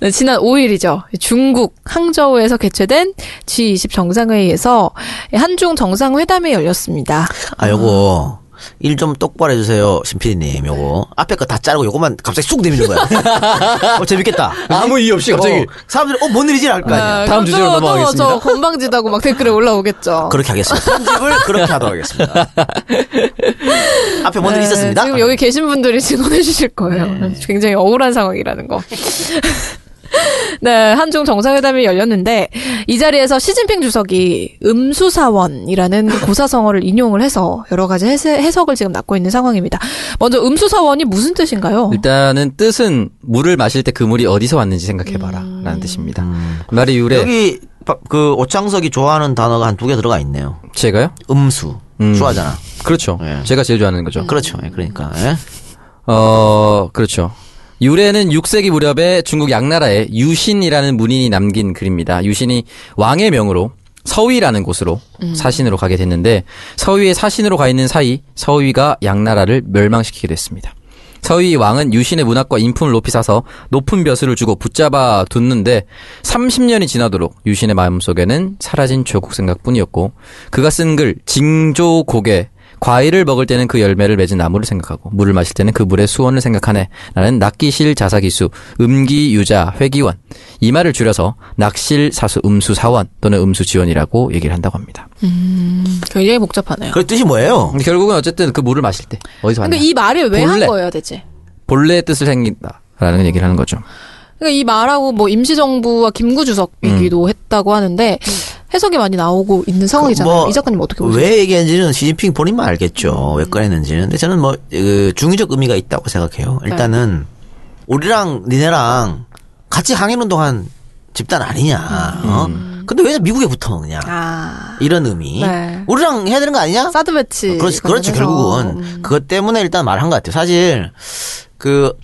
B: 네, 지난 5일이죠. 중국 항저우에서 개최된 G20 정상회의에서 한중 정상회담이 열렸습니다.
C: 아, 요거. 일 좀 똑바로 해주세요, 신피디님. 요거. 앞에 거 다 자르고 요거만 갑자기 쑥
B: (laughs)
C: 내미는 거야. 어, 재밌겠다.
D: 아무 이유 없이 갑자기.
C: 어, 사람들이, 어, 뭔 일이지? 알거 아니야.
B: 아,
D: 다음
B: 그럼
D: 주제로
B: 또, 또
D: 넘어가겠습니다.
B: 저 건방지다고 막 댓글에
D: (laughs)
B: 올라오겠죠.
C: 그렇게 하겠습니다. 편집을 그렇게 하도록
B: (laughs)
C: 하겠습니다. 앞에 뭔 일이
B: 네,
C: 있었습니다. 네.
B: 지금 여기 계신 분들이 (laughs) 증언해 주실 거예요. 굉장히 억울한 상황이라는 거. (laughs) 네, 한중 정상회담이 열렸는데 이 자리에서 시진핑 주석이 음수사원이라는
C: (laughs)
B: 고사성어를 인용을 해서 여러 가지 해세- 해석을 지금 낳고 있는 상황입니다. 먼저 음수사원이 무슨 뜻인가요?
D: 일단은 뜻은 물을 마실 때 그 물이 어디서 왔는지 생각해봐라
B: 음.
D: 라는 뜻입니다. 말의 유래
C: 음. 여기, 바- 그, 오창석이 좋아하는 단어가 한 두 개 들어가 있네요.
D: 제가요?
C: 음수.
D: 음.
C: 좋아하잖아.
D: 그렇죠.
C: 예.
D: 제가 제일 좋아하는 거죠.
C: 그렇죠. 예, 그러니까. 예.
D: 어, 그렇죠. 유래는 6세기 무렵에 중국 양나라에 유신이라는 문인이 남긴 글입니다. 유신이 왕의 명으로 서위라는 곳으로 사신으로 가게 됐는데 서위에 사신으로 가 있는 사이 서위가 양나라를 멸망시키게 됐습니다. 서위 왕은 유신의 문학과 인품을 높이 사서 높은 벼슬을 주고 붙잡아 뒀는데 30년이 지나도록 유신의 마음속에는 사라진 조국 생각뿐이었고 그가 쓴 글 징조곡에 과일을 먹을 때는 그 열매를 맺은 나무를 생각하고 물을 마실 때는 그 물의 수원을 생각하네 라는 낙기실 자사기수 음기유자 회기원 이 말을 줄여서 낙실 사수 음수사원 또는 음수지원이라고 얘기를 한다고 합니다.
B: 굉장히 복잡하네요.
C: 그 뜻이 뭐예요?
D: 근데 결국은 어쨌든 그 물을 마실 때 어디서 왔나
B: 그러니까 이 말을 왜 한
D: 본래.
B: 거예요, 대체?
D: 본래의 뜻을 생긴다라는 얘기를 하는 거죠.
C: 음.
B: 그러니까 이 말하고 뭐 임시정부와 김구 주석이기도 했다고 하는데 해석이 많이 나오고 있는 상황이잖아요. 이 작가님 어떻게 보세요?
C: 그뭐 왜 얘기했는지는 시진핑 본인만 알겠죠. 왜 꺼냈는지는. 근데 저는 뭐, 그, 중의적 의미가 있다고 생각해요.
B: 네.
C: 일단은, 우리랑 니네랑 같이 항일운동한 집단 아니냐. 어? 근데 왜 미국에 붙어 먹냐.
B: 아,
C: 이런 의미.
B: 네.
C: 우리랑 해야 되는 거 아니냐?
B: 사드 매치.
C: 그렇지, 음.
B: 관련해서.
C: 그렇지, 결국은. 그것 때문에 일단 말한 것 같아요. 사실, 그,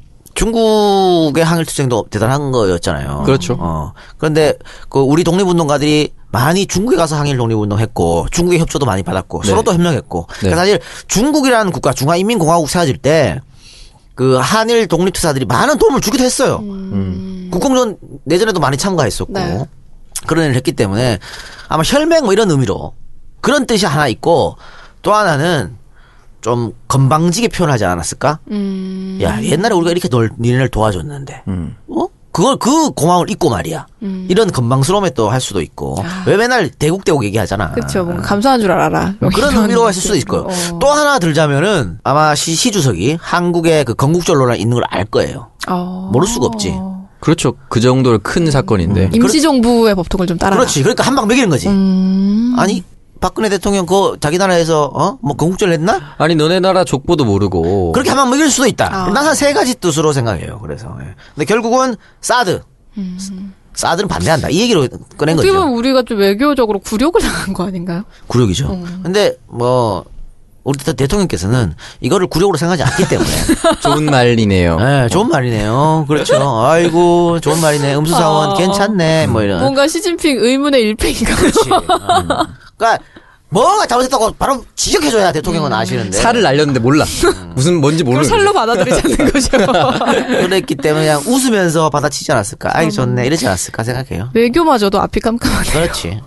C: 중국의 항일투쟁도 대단한 거였잖아요.
D: 그렇죠.
C: 어. 그런데, 그, 우리 독립운동가들이 많이 중국에 가서 항일 독립운동 했고, 중국의 협조도 많이 받았고,
D: 네.
C: 서로 또 협력했고. 그러니까 사실, 중국이라는 국가, 중화인민공화국 세워질 때, 그, 한일 독립투사들이 많은 도움을 주기도 했어요. 국공전 내전에도 많이 참가했었고
B: 음. 네.
C: 그런 일을 했기 때문에 아마 혈맹 뭐 이런 의미로 그런 뜻이 하나 있고 또 하나는 좀 건방지게 표현하지 않았을까?
B: 음.
C: 야 옛날에 우리가 이렇게 널, 니네를 도와줬는데 어? 그걸 그 고마움을 잊고 말이야
B: 음.
C: 이런 건방스러움에 또 할 수도 있고 왜 맨날 대국 대국 얘기하잖아.
B: 그렇죠. 뭔가 감사한 줄 알아라.
C: 뭐 그런
B: 이런
C: 의미로 했을 수도 있을 거예요.
B: 어.
C: 또 하나 들자면은 아마 시, 시 주석이 한국의 그 건국절로랑 있는 걸 알 거예요.
B: 어.
C: 모를 수가 없지.
D: 그렇죠. 그 정도로 큰 사건인데.
B: 음. 임시정부의 법통을 좀 따라라.
C: 그렇지. 그러니까 한 방 먹이는 거지.
B: 음.
C: 아니 박근혜 대통령 그 자기 나라에서 어뭐 건국절 했나?
D: 아니 너네 나라 족보도 모르고
C: 그렇게 한 방 먹일 수도
B: 아.
C: 있다. 난 한 세 가지 뜻으로 생각해요. 그래서 예. 근데 결국은 사드 사드는 반대한다. 이 얘기로 꺼낸
B: 음. 어떻게 보면
C: 거죠.
B: 우리가 좀 외교적으로 굴욕을 당한 거 아닌가요?
C: 굴욕이죠.
B: 네.
C: 근데 뭐 우리 대- 대통령께서는 이거를 굴욕으로 생각하지 않기
B: (laughs)
C: 때문에
D: 좋은 말이네요.
B: 아.
C: 예, 좋은 말이네요. 그렇죠. 아이고 좋은 말이네. 음수사원
B: 어.
C: 괜찮네. 뭐 이런.
B: 뭔가 시진핑 의문의 일패인가요? (laughs)
C: 그렇지. 음. 그러니까 뭐가 잘못했다고 바로 지적해줘야 대통령은 아시는데.
D: 살을 날렸는데 몰라. 무슨 뭔지
B: 음. 그걸
D: 모르는
B: 살로
C: (laughs)
B: 받아들이자는 거죠.
C: 그랬기 때문에 그냥 웃으면서 받아치지 않았을까.
B: 음.
C: 아이 좋네 이러지 않았을까 생각해요.
B: 외교마저도 앞이 깜깜하네.
C: 그렇지.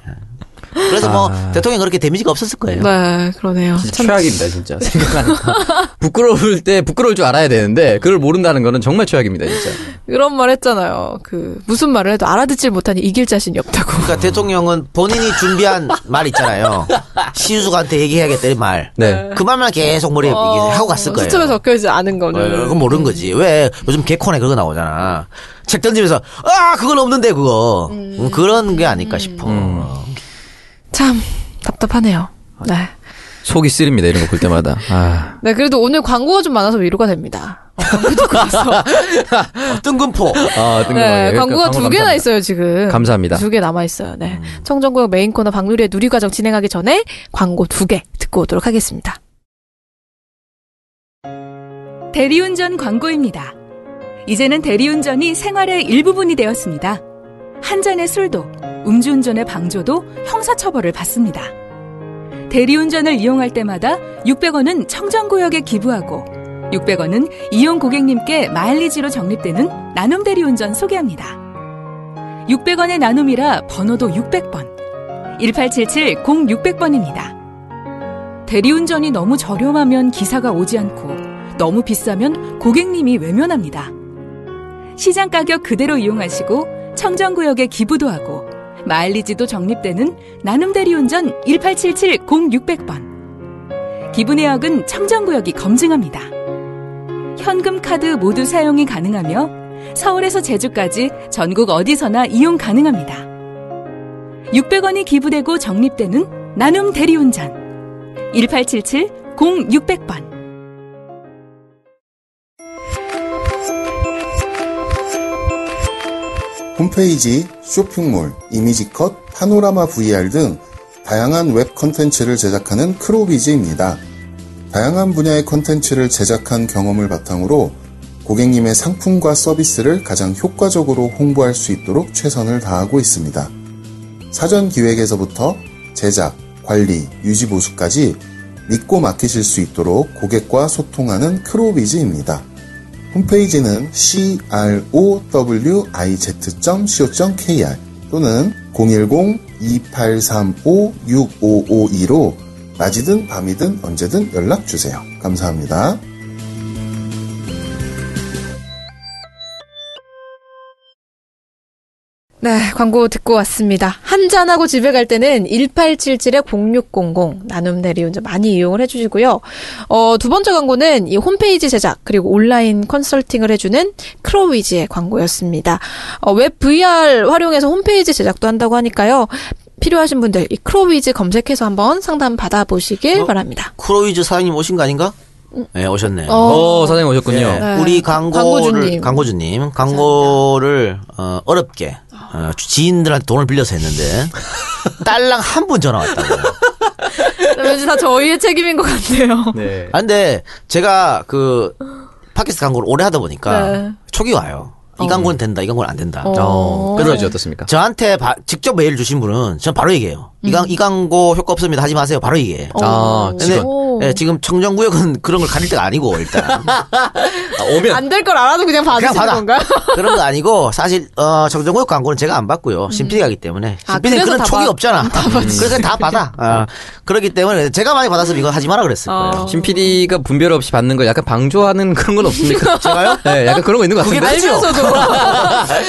C: 그래서 뭐 대통령 그렇게 데미지가 없었을 거예요.
B: 네, 그러네요.
D: 진짜 최악입니다, 진짜. 생각하는 거. 부끄러울 때 부끄러울 줄 알아야 되는데 그걸 모른다는 거는 정말 최악입니다, 진짜.
B: 이런 말 했잖아요. 그 무슨 말을 해도 알아듣질 못하니 이길 자신이 없다고.
C: 그러니까 대통령은 본인이 준비한 (laughs) 말 있잖아요. 시우수한테 얘기해야겠다 이 말.
D: 네.
C: 그 말만 계속 머리에 이게 하고 갔을
B: 어,
C: 거예요. 네,
B: 수첩에 적혀 있지 않은 거는.
C: 그건 모르는 거지. 왜 요즘 개콘에 그거 나오잖아. 책 던지면서 아 그건 없는데 그거 음, 그런 게 아닐까 싶어.
B: 참 답답하네요. 네.
D: 속이 쓰립니다, 이런 거 볼 때마다. 아.
B: 네, 그래도 오늘 광고가 좀 많아서 위로가 됩니다. 어, 광고 듣고 와서.
C: 뜬금포.
D: 아, 뜬금하게.
B: 네,
D: 그러니까
B: 광고가
D: 광고
B: 두 개나
D: 감사합니다.
B: 있어요, 지금.
D: 감사합니다. 음.
B: 두 개 남아있어요, 네. 청정구역 메인 코너 박누리의 누리과정 진행하기 전에 광고 두 개 듣고 오도록 하겠습니다.
F: 대리운전 광고입니다. 이제는 대리운전이 생활의 일부분이 되었습니다. 한 잔의 술도 음주운전의 방조도 형사처벌을 받습니다. 대리운전을 이용할 때마다 600원은 청정구역에 기부하고 600원은 이용 고객님께 마일리지로 적립되는 나눔 대리운전 소개합니다. 600원의 나눔이라 번호도 600번, 1877-0600번입니다. 대리운전이 너무 저렴하면 기사가 오지 않고 너무 비싸면 고객님이 외면합니다. 시장 가격 그대로 이용하시고 청정구역에 기부도 하고 마일리지도 적립되는 나눔 대리운전 1877-0600번. 기부 내역은 청정구역이 검증합니다. 현금 카드 모두 사용이 가능하며 서울에서 제주까지 전국 어디서나 이용 가능합니다. 600원이 기부되고 적립되는 나눔 대리운전 1877-0600번.
G: 홈페이지, 쇼핑몰, 이미지컷, 파노라마 VR 등 다양한 웹 컨텐츠를 제작하는 크로비즈입니다. 다양한 분야의 컨텐츠를 제작한 경험을 바탕으로 고객님의 상품과 서비스를 가장 효과적으로 홍보할 수 있도록 최선을 다하고 있습니다. 사전 기획에서부터 제작, 관리, 유지 보수까지 믿고 맡기실 수 있도록 고객과 소통하는 크로비즈입니다. 홈페이지는 crowiz.co.kr 또는 010-2835-6552로 낮이든 밤이든 언제든 연락주세요. 감사합니다.
B: 네, 광고 듣고 왔습니다. 한잔하고 집에 갈 때는 1877-0600 나눔 대리운전 많이 이용을 해주시고요. 어, 두 번째 광고는 이 홈페이지 제작, 그리고 온라인 컨설팅을 해주는 크로위즈의 광고였습니다. 어, 웹 VR 활용해서 홈페이지 제작도 한다고 하니까요. 필요하신 분들 이 크로위즈 검색해서 한번 상담 받아보시길
C: 어?
B: 바랍니다.
C: 크로이즈 사장님 오신 거 아닌가?
B: 음.
C: 네, 오셨네요.
D: 어, 사장님 오셨군요.
C: 네,
B: 네.
C: 우리 광고를
B: 광고주님.
C: 광고주님 광고를 어, 어렵게 어, 지인들한테 돈을 빌려서 했는데 딸랑 한 분 전화 왔다고.
B: 네, 왠지 다 저희의 책임인 것 같네요.
D: 네.
C: 아, 근데 제가 그 팟캐스트 광고를 오래 하다 보니까
B: 네.
C: 촉이 와요. 이 광고는 된다, 이 광고는 안 된다.
D: 어, 끊어야지 어떻습니까?
C: 저한테 바- 직접 메일 주신 분은 전 바로 얘기해요. 이, 광, 이 광고 효과 없습니다. 하지 마세요. 바로 얘기해.
B: 어.
D: 아,
C: 근데
D: 직원.
B: 오.
C: 예, 지금 청정구역은 그런 걸 가릴 때가 아니고 일단
D: 아, 오면
B: 안 될 걸 알아도 그냥
C: 네. 그냥
B: 받으시는
C: 받아
B: 건가요?
C: 그런 건 아니고 사실 어, 청정구역 광고는 제가 안 받고요 신PD가기 때문에
B: 음. 아,
C: 신PD는
B: 그래서
C: 그런
B: 다
C: 촉이
B: 받-
C: 없잖아 음. 그래서 다 받아 어, 그렇기 때문에 제가 많이 받았으면 이거 하지 마라 그랬을
B: 아.
C: 거예요
B: 어.
D: 신 PD가 분별 없이 받는 걸 약간 방조하는 (laughs) 그런 건 없습니까? 제가요? 네, 약간 그런 거 있는 것
C: 그게
D: 같은데.
B: 그렇죠. (laughs)
C: 크죠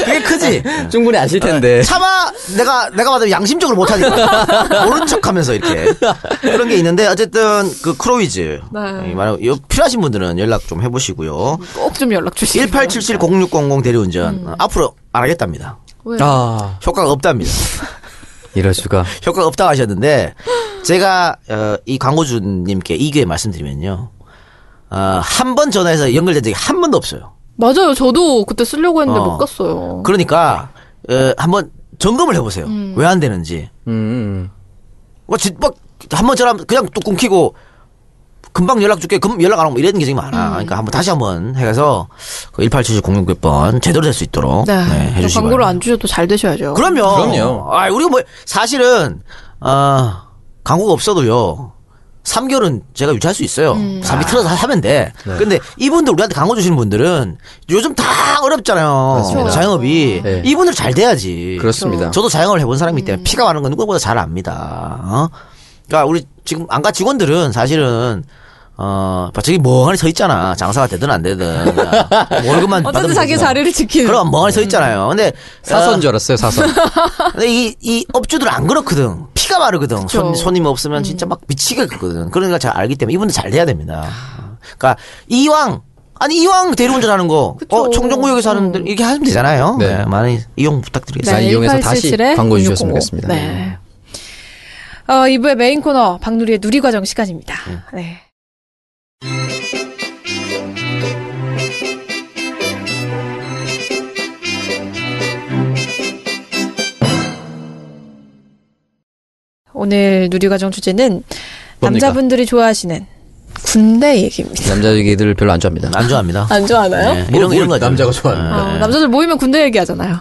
C: 그게 크지
B: 네.
D: 충분히 아실 텐데.
C: 차마 내가 내가 받으면
B: (laughs)
C: 양심적으로 못하니까 모른 척하면서 이렇게 그런 게 있는데 어쨌든 그 크로이즈
B: 네. 음.
C: 이 말하고 요- 필요하신 분들은 연락 좀 해보시고요
B: 꼭 좀 연락 주시고.
C: 18770600 대리운전
B: 음.
C: 어, 앞으로 안 하겠답니다
D: 아,
C: 효과가 없답니다
D: 이럴 수가.
C: 효과가 없다고 하셨는데 제가 어, 이 광고주님께 이 기회에 말씀드리면요 어, 한 번 전화해서 연결된 적이 한 번도 없어요
B: 맞아요. 저도 그때 쓰려고 했는데
C: 어.
B: 못 갔어요.
C: 그러니까 어, 한번 점검을 해보세요 왜 안 되는지 뭐
D: 음, 음.
C: 막한번 전화 그냥 또 끊기고 금방 연락 줄게. 금 연락 안 오면 이런 게 되게 많아.
B: 음.
C: 그러니까 한번 다시 한번 해서 그 187706번 제대로 될 수 있도록
B: 네.
C: 네, 해주시고.
B: 광고를 안 주셔도 잘 되셔야죠.
C: 그럼요.
D: 그럼요.
C: 아, 우리가 뭐 사실은 아 광고가 없어도요. 3개월은 제가 유지할 수 있어요.
B: 음.
C: 잠이 틀어서 하면 돼.
D: 네.
C: 근데 이분들 우리한테 광고 주시는 분들은 요즘 다 어렵잖아요.
D: 맞습니다.
C: 자영업이
D: 네.
C: 이분들 잘 돼야지.
D: 그렇습니다.
C: 저도 자영업을 해본 사람이기 때문에 피가 많은 건 누구보다 잘 압니다. 어? 그러니까 우리 지금 안가 직원들은 사실은 어, 저기 멍하니 서 있잖아. 장사가 되든 안
D: (laughs)
C: 되든. 그냥 월급만
B: 어쨌든
C: 받으면
B: 자기
C: 되잖아.
B: 자리를 지키는.
C: 그럼 멍하니 서 있잖아요. 근데 어,
D: 사선 줄 알았어요, 사선.
C: 근데 이, 이 업주들 안 그렇거든. 피가 마르거든. 손, 손님
B: 음.
C: 없으면 진짜 막 미치겠거든. 그러니까 잘 알기 때문에 이분들 잘 돼야 됩니다. 그러니까 이왕 아니 이왕 대리운전 하는 거, 어 청정구역에서
B: 음.
C: 하는데 이렇게 하면 되잖아요.
D: 네.
C: 네, 많은 이용 부탁드리겠습니다.
D: 자, 이용해서 다시
B: 1877에
D: 광고
B: 1605.
D: 주셨으면 좋겠습니다.
B: 네. 어, 2부의 메인 코너, 박누리의 누리과정 시간입니다. 네. 오늘 누리과정 주제는
D: 뭡니까?
B: 남자분들이 좋아하시는 군대 얘기입니다.
D: 남자애기들 별로 안 좋아합니다.
C: 안 좋아합니다.
B: 안 네. 좋아하나요?
C: 네, 이런
D: 뭘,
C: 이런
D: 뭘
C: 거죠.
D: 남자가 좋아하는
B: 어, 남자들 모이면 군대 얘기하잖아요.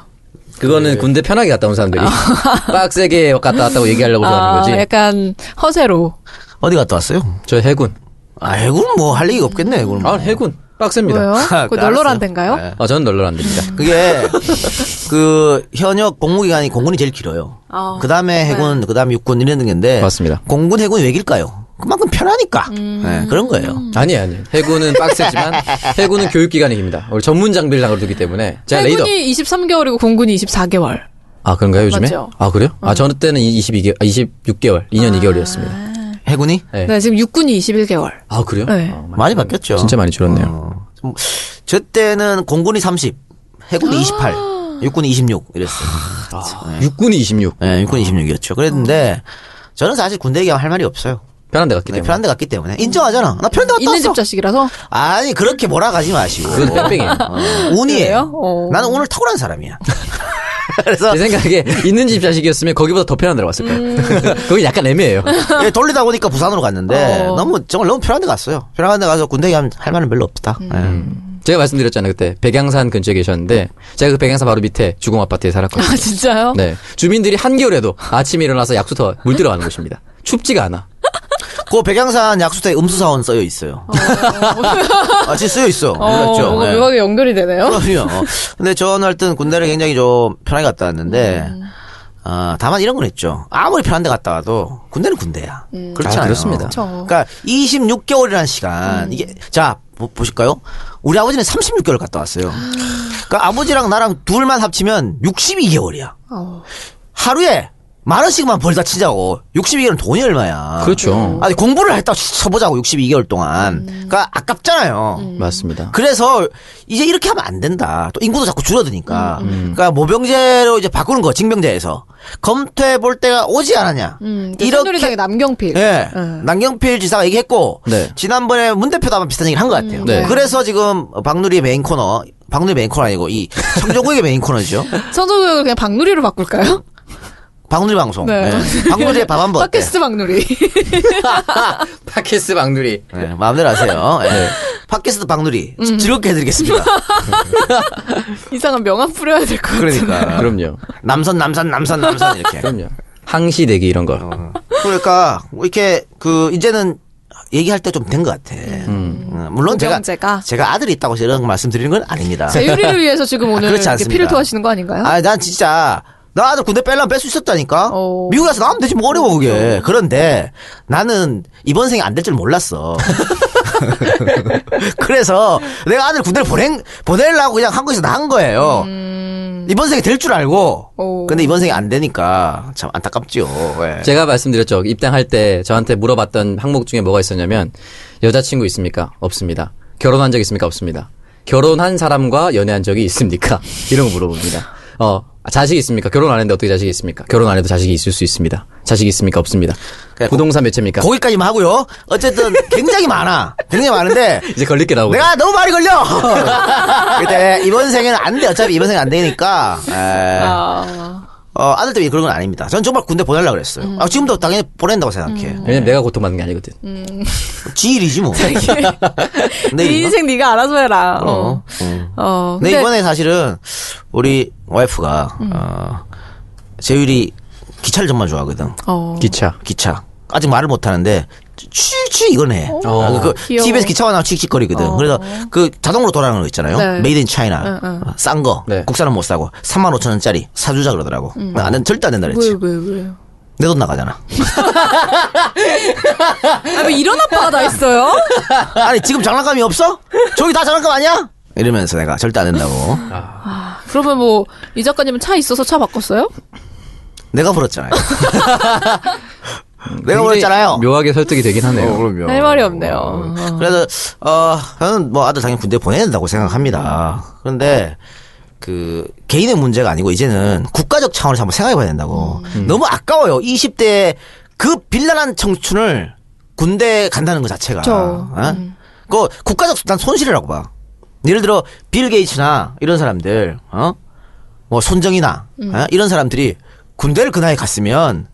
D: 그거는 군대 편하게 갔다 온 사람들이 (laughs) 빡세게 갔다 왔다고 얘기하려고 좋아하는 거지.
B: 약간 허세로.
C: 어디 갔다 왔어요?
D: 저 해군.
C: 아 해군 뭐 할 얘기가 없겠네. 해군.
D: 아, 해군. 빡셉니다.
B: 왜요?
C: 아,
B: 그
C: 알았어요.
B: 널널한 데인가요?
C: 네.
D: 아, 저는 널널합니다.
C: 그게 그 현역 복무기간이 공군이 제일 길어요.
B: 아,
C: 그 다음에 해군, 그 다음에 육군 이런 게인데
D: 맞습니다.
C: 공군 해군이 왜 길까요? 그만큼 편하니까
B: 음.
C: 네, 그런 거예요.
D: 아니, 아니. 해군은 빡세지만, 해군은 교육기간이 깁니다. 우리 전문 장비를 다루기 때문에. 제가 레이더.
B: 해군이 23개월이고 공군이 24개월.
D: 아, 그런가요, 요즘에?
B: 맞죠.
D: 아, 그래요? 아, 저는 때는 22개, 아, 26개월, 2년 2개월이었습니다.
C: 해군이
D: 네.
B: 네, 지금 육군이 21개월.
D: 아, 그래요?
B: 네.
D: 어,
C: 많이 바뀌었죠.
D: 진짜 많이 줄었네요.
C: 어, 좀- 저 때는 공군이 30, 해군이 28,
B: 아.
C: 육군이 26 이랬어요.
D: 아, 육군이 26.
C: 예, 육군이 26이었죠. 그랬는데 저는 사실 군대 얘기하면 할 말이 없어요.
D: 편한 데 갔기
C: 네,
D: 때문에.
C: 편한 데 갔기 때문에 인정하잖아. 나 편한 데 갔다
B: 있는 집
C: 왔어.
B: 자식이라서.
C: 아니 그렇게 몰아가지 마시고.
D: 그건 뺑뺑이에요.
C: 운이에요.
B: 그래요? 어.
C: 나는 오늘 탁월한 사람이야. 그래서
D: 제 생각에 있는 집 자식이었으면 거기보다 더 편한 데로 갔을 (laughs) 거예요. 그건 약간 애매해요.
C: 예, 돌리다 보니까 부산으로 갔는데
B: 어.
C: 너무 정말 너무 편한 데 갔어요. 편한 데 가서 군대 얘기하면 할 말은 별로 없다. 예.
B: 음.
D: 제가 말씀드렸잖아요. 그때 백양산 근처에 계셨는데 제가 그 백양산 바로 밑에 주공 아파트에 살았거든요.
B: 아, 진짜요?
D: 네. 주민들이 한겨울에도 아침에 일어나서 약수터 물 들어가는 곳입니다. 춥지가 않아.
C: 그 백양산 약수터에 음수사원 써여 있어요. (laughs) 아, 진짜 쓰여 있어.
B: 어,
C: 몰랐죠.
B: 뭔가
C: 예.
B: 묘하게 연결이 되네요.
C: 그럼요. 어. 근데 저는 하여튼 군대를 굉장히 좀 편하게 갔다 왔는데,
B: 음.
C: 아, 다만 이런 건 있죠. 아무리 편한 데 갔다 와도 군대는 군대야.
B: 음.
C: 그렇잖아요.
D: 아, 그렇습니다. 그쵸.
C: 그러니까 26개월이라는 시간, 이게, 자, 보, 실까요 우리 아버지는 36개월 갔다 왔어요.
D: 어.
C: 그러니까 아버지랑 나랑 둘만 합치면 62개월이야. 하루에 만 원씩만 벌다 치자고. 62개월은 돈이 얼마야.
D: 그렇죠.
C: 아니 공부를 했다고 치- 쳐보자고 62개월 동안.
D: 음.
C: 그러니까 아깝잖아요.
D: 맞습니다. (laughs)
C: 그래서 이제 이렇게 하면 안 된다. 또 인구도 자꾸 줄어드니까.
D: 음,
C: 그러니까 모병제로 이제 바꾸는 거 징병제에서 검토해 볼 때가 오지 않았냐.
B: (laughs) 음,
C: 이렇게
B: 새누리당의 남경필.
C: 예.
B: 음.
C: 남경필 지사가 얘기했고
D: 네.
C: 지난번에 문 대표도 아마 비슷한 얘기를 한 것 같아요.
D: 네.
C: 그래서 지금 박누리의 메인 코너, 박누리 메인 코너 아니고 이 성종국의 메인 코너죠.
B: 선조국을 그냥 박누리로 바꿀까요?
C: 박누리 방송.
B: 네.
C: 예. 박누리의 밥 한번 어때?
B: 팟캐스트 박누리. (laughs)
D: 팟캐스트 막누리.
C: 예, 마음대로 하세요. 예. 팟캐스트 박누리 즐겁게 해드리겠습니다.
B: 이상한 명함 뿌려야 될 것 같은데.
C: 그러니까
D: 그럼요. 음.
C: 남선 남선 남선 남선 이렇게.
D: 그럼요. 항시 대기 이런 거.
C: 그러니까 뭐 이렇게 그 이제는 얘기할 때 좀 된 것 같아. 음, 물론 제가
B: 고병제가?
C: 제가 아들이 있다고 이런 거 말씀드리는 건 아닙니다.
B: 제유리를 위해서 지금 오늘
C: 그렇지
B: 이렇게
C: 않습니다.
B: 피를 토하시는 거 아닌가요?
C: 아, 난 진짜 나 아들 군대 뺄라면 뺄 수 있었다니까.
B: 어.
C: 미국 가서 나오면 되지 뭐 어려워 그게. 그런데 나는 이번 생에 안 될 줄 몰랐어. (laughs) 그래서 내가 아들 군대를 보낸 보내려고 그냥 한국에서 나간 거예요. 이번 생에 될 줄 알고.
B: 오.
C: 근데 이번 생에 안 되니까 참 안타깝지요. 예.
D: 제가 말씀드렸죠. 입당할 때 저한테 물어봤던 항목 중에 뭐가 있었냐면 여자친구 있습니까? 없습니다. 결혼한 적 있습니까? 없습니다. 결혼한 사람과 연애한 적이 있습니까? (laughs) 이런 거 물어봅니다. 어, 자식 있습니까? 결혼 안 했는데 어떻게 자식이 있습니까? 결혼 안 해도 자식이 있을 수 있습니다. 자식 있습니까? 없습니다.
C: 그래,
D: 부동산 몇 채입니까?
C: 그러니까 거기까지만 하고요. 어쨌든 굉장히 많아. 굉장히 많은데
D: 이제 걸릴 게 나오고.
C: 내가 너무 많이 걸려. 그때 이번 생에는 안 돼. 어차피 이번 생에 안 되니까. 예. 에.
B: 아.
C: 어, 아들 때문에 그런 건 아닙니다. 전 정말 군대 보내려고 그랬어요.
B: 음.
C: 아, 지금도 당연히 보낸다고 생각해.
D: 왜냐면 내가 고통받는 게 아니거든.
C: 지일이지 뭐.
B: 네
C: 내일인가?
B: 인생 네가 알아서 해라. 어. 어.
C: 근데
B: 근데
C: 음. 네, 이번에 사실은 우리 와이프가
B: 음.
C: 어, 재율이 기차를 정말 좋아하거든.
B: 어.
D: 기차.
C: 기차. 아직 말을 못 하는데 취취 이건 해. 아, 그
B: 귀여워. 어.
C: TV에서 기차가 나와 취직거리거든. 그래서 그 자동으로 돌아가는 거 있잖아요.
B: 네.
C: 메이드 인 차이나 싼 거.
D: 네.
C: 국산은 못 사고 3만 5천 원짜리 사주자 그러더라고.
B: 음.
C: 안 된, 절대 안 된다
B: 왜,
C: 그랬지.
B: 왜, 왜.
C: 내 돈 나가잖아.
B: 아, 왜 이런 아빠가 다 있어요?
C: 아니 지금 장난감이 없어? 저기 다 장난감 아니야? 이러면서 내가 절대 안 된다고.
B: (laughs) 그러면 뭐, 이 작가님은 차 있어서 차 바꿨어요?
C: 내가 불었잖아요. 내가 불었잖아요. 어,
D: 묘하게 설득이 되긴 하네요.
B: 할 말이 없네요.
C: 그래서 어 저는 뭐 아들 당연히 군대 보내야 된다고 생각합니다. 그런데 그 개인의 문제가 아니고 이제는 국가적 차원에서 한번 생각해 봐야 된다고.
B: 음.
C: 너무 아까워요. 20대에 그 빌란한 청춘을 군대 간다는 것 자체가.
B: 그쵸. 음.
C: 어? 그거 국가적 난 손실이라고 봐. 예를 들어 빌 게이츠나 이런 사람들 어? 뭐 손정이나
B: 음.
C: 어? 이런 사람들이 군대를 그 나이에 갔으면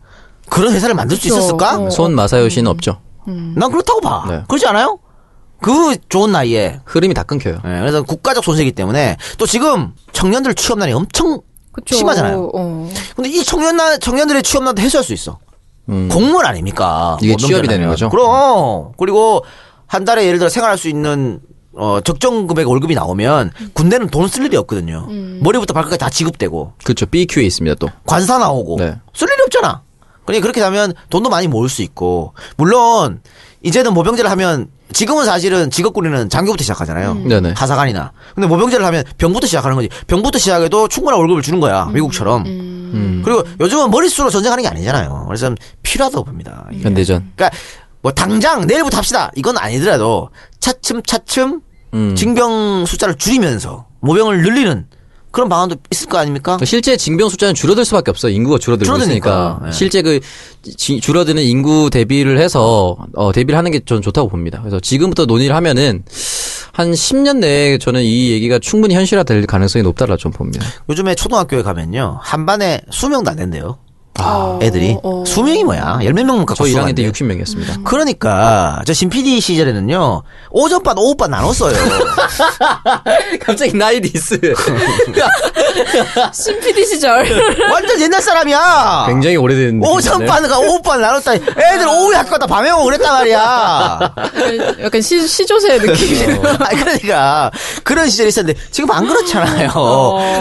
C: 그런 회사를 만들 수
B: 그쵸.
C: 있었을까?
B: 어.
D: 손 마사요 씨는 없죠.
C: 난 그렇다고 봐.
D: 네.
C: 그렇지 않아요? 그 좋은 나이에.
D: 흐름이 다 끊겨요.
C: 예, 그래서 국가적 손실이기 때문에 또 지금 청년들 취업난이 엄청
B: 그쵸.
C: 심하잖아요.
B: 어.
C: 근데 이 청년나 청년들의 취업난도 해소할 수 있어. 공무원 아닙니까?
D: 음. 이게
C: 원동력
D: 취업이 되는
C: 아니에요.
D: 거죠? 음.
C: 그럼 그리고 한 달에 예를 들어 생활할 수 있는 어 적정 금액 월급이 나오면 군대는 돈 쓸 일이 없거든요.
B: 음.
C: 머리부터 발끝까지 다 지급되고
D: 그렇죠. BQ에 있습니다 또.
C: 관사 나오고
D: 네.
C: 쓸 일이 없잖아. 그러니까 그러니 그렇게 되면 돈도 많이 모을 수 있고 물론 이제는 모병제를 하면 지금은 사실은 직업군인은 장교부터 시작하잖아요.
D: 네네.
C: 하사관이나. 근데 모병제를 하면 병부터 시작하는 거지. 병부터 시작해도 충분한 월급을 주는 거야. 미국처럼.
D: 음.
C: 그리고 요즘은 머릿수로 전쟁하는 게 아니잖아요. 그래서 필요하다고 봅니다.
D: 음.
C: 이게.
D: 현대전.
C: 그러니까 뭐 당장 내일부터 합시다. 이건 아니더라도 차츰 차츰
D: 음.
C: 징병 숫자를 줄이면서 모병을 늘리는 그런 방안도 있을 거 아닙니까?
D: 그러니까 실제 징병 숫자는 줄어들 수밖에 없어. 인구가 줄어들고
C: 줄어드니까.
D: 있으니까.
C: 네.
D: 실제 그 지- 줄어드는 인구 대비를 해서 어 대비를 하는 게 전 좋다고 봅니다. 그래서 지금부터 논의를 하면은 한 10년 내에 저는 이 얘기가 충분히 현실화될 가능성이 높다라 좀 봅니다.
C: 요즘에 초등학교에 가면요 한 반에 수명도 안 된대요. 애들이 수명이 뭐야? 열몇 명만 갖고
D: 저 1학년
C: 수학한대.
D: 때 60명이었습니다.
C: 그러니까 저신 PD 시절에는요 오전반 오후반 나눴어요.
D: (laughs) 갑자기 나이 디스.
B: 신PD 시절. (laughs)
C: 완전 옛날 사람이야.
D: (laughs) 굉장히 오래된 느낌이네요.
C: 오전반과 오후반 나눴다. 애들 오후에 학교 갔다 밤에 오고 그랬단
D: (laughs)
C: 말이야. (laughs)
B: 약간 시, 시조새 느낌이.
C: 아니, 그러니까 그런 시절이 있었는데 지금 안 그렇잖아요.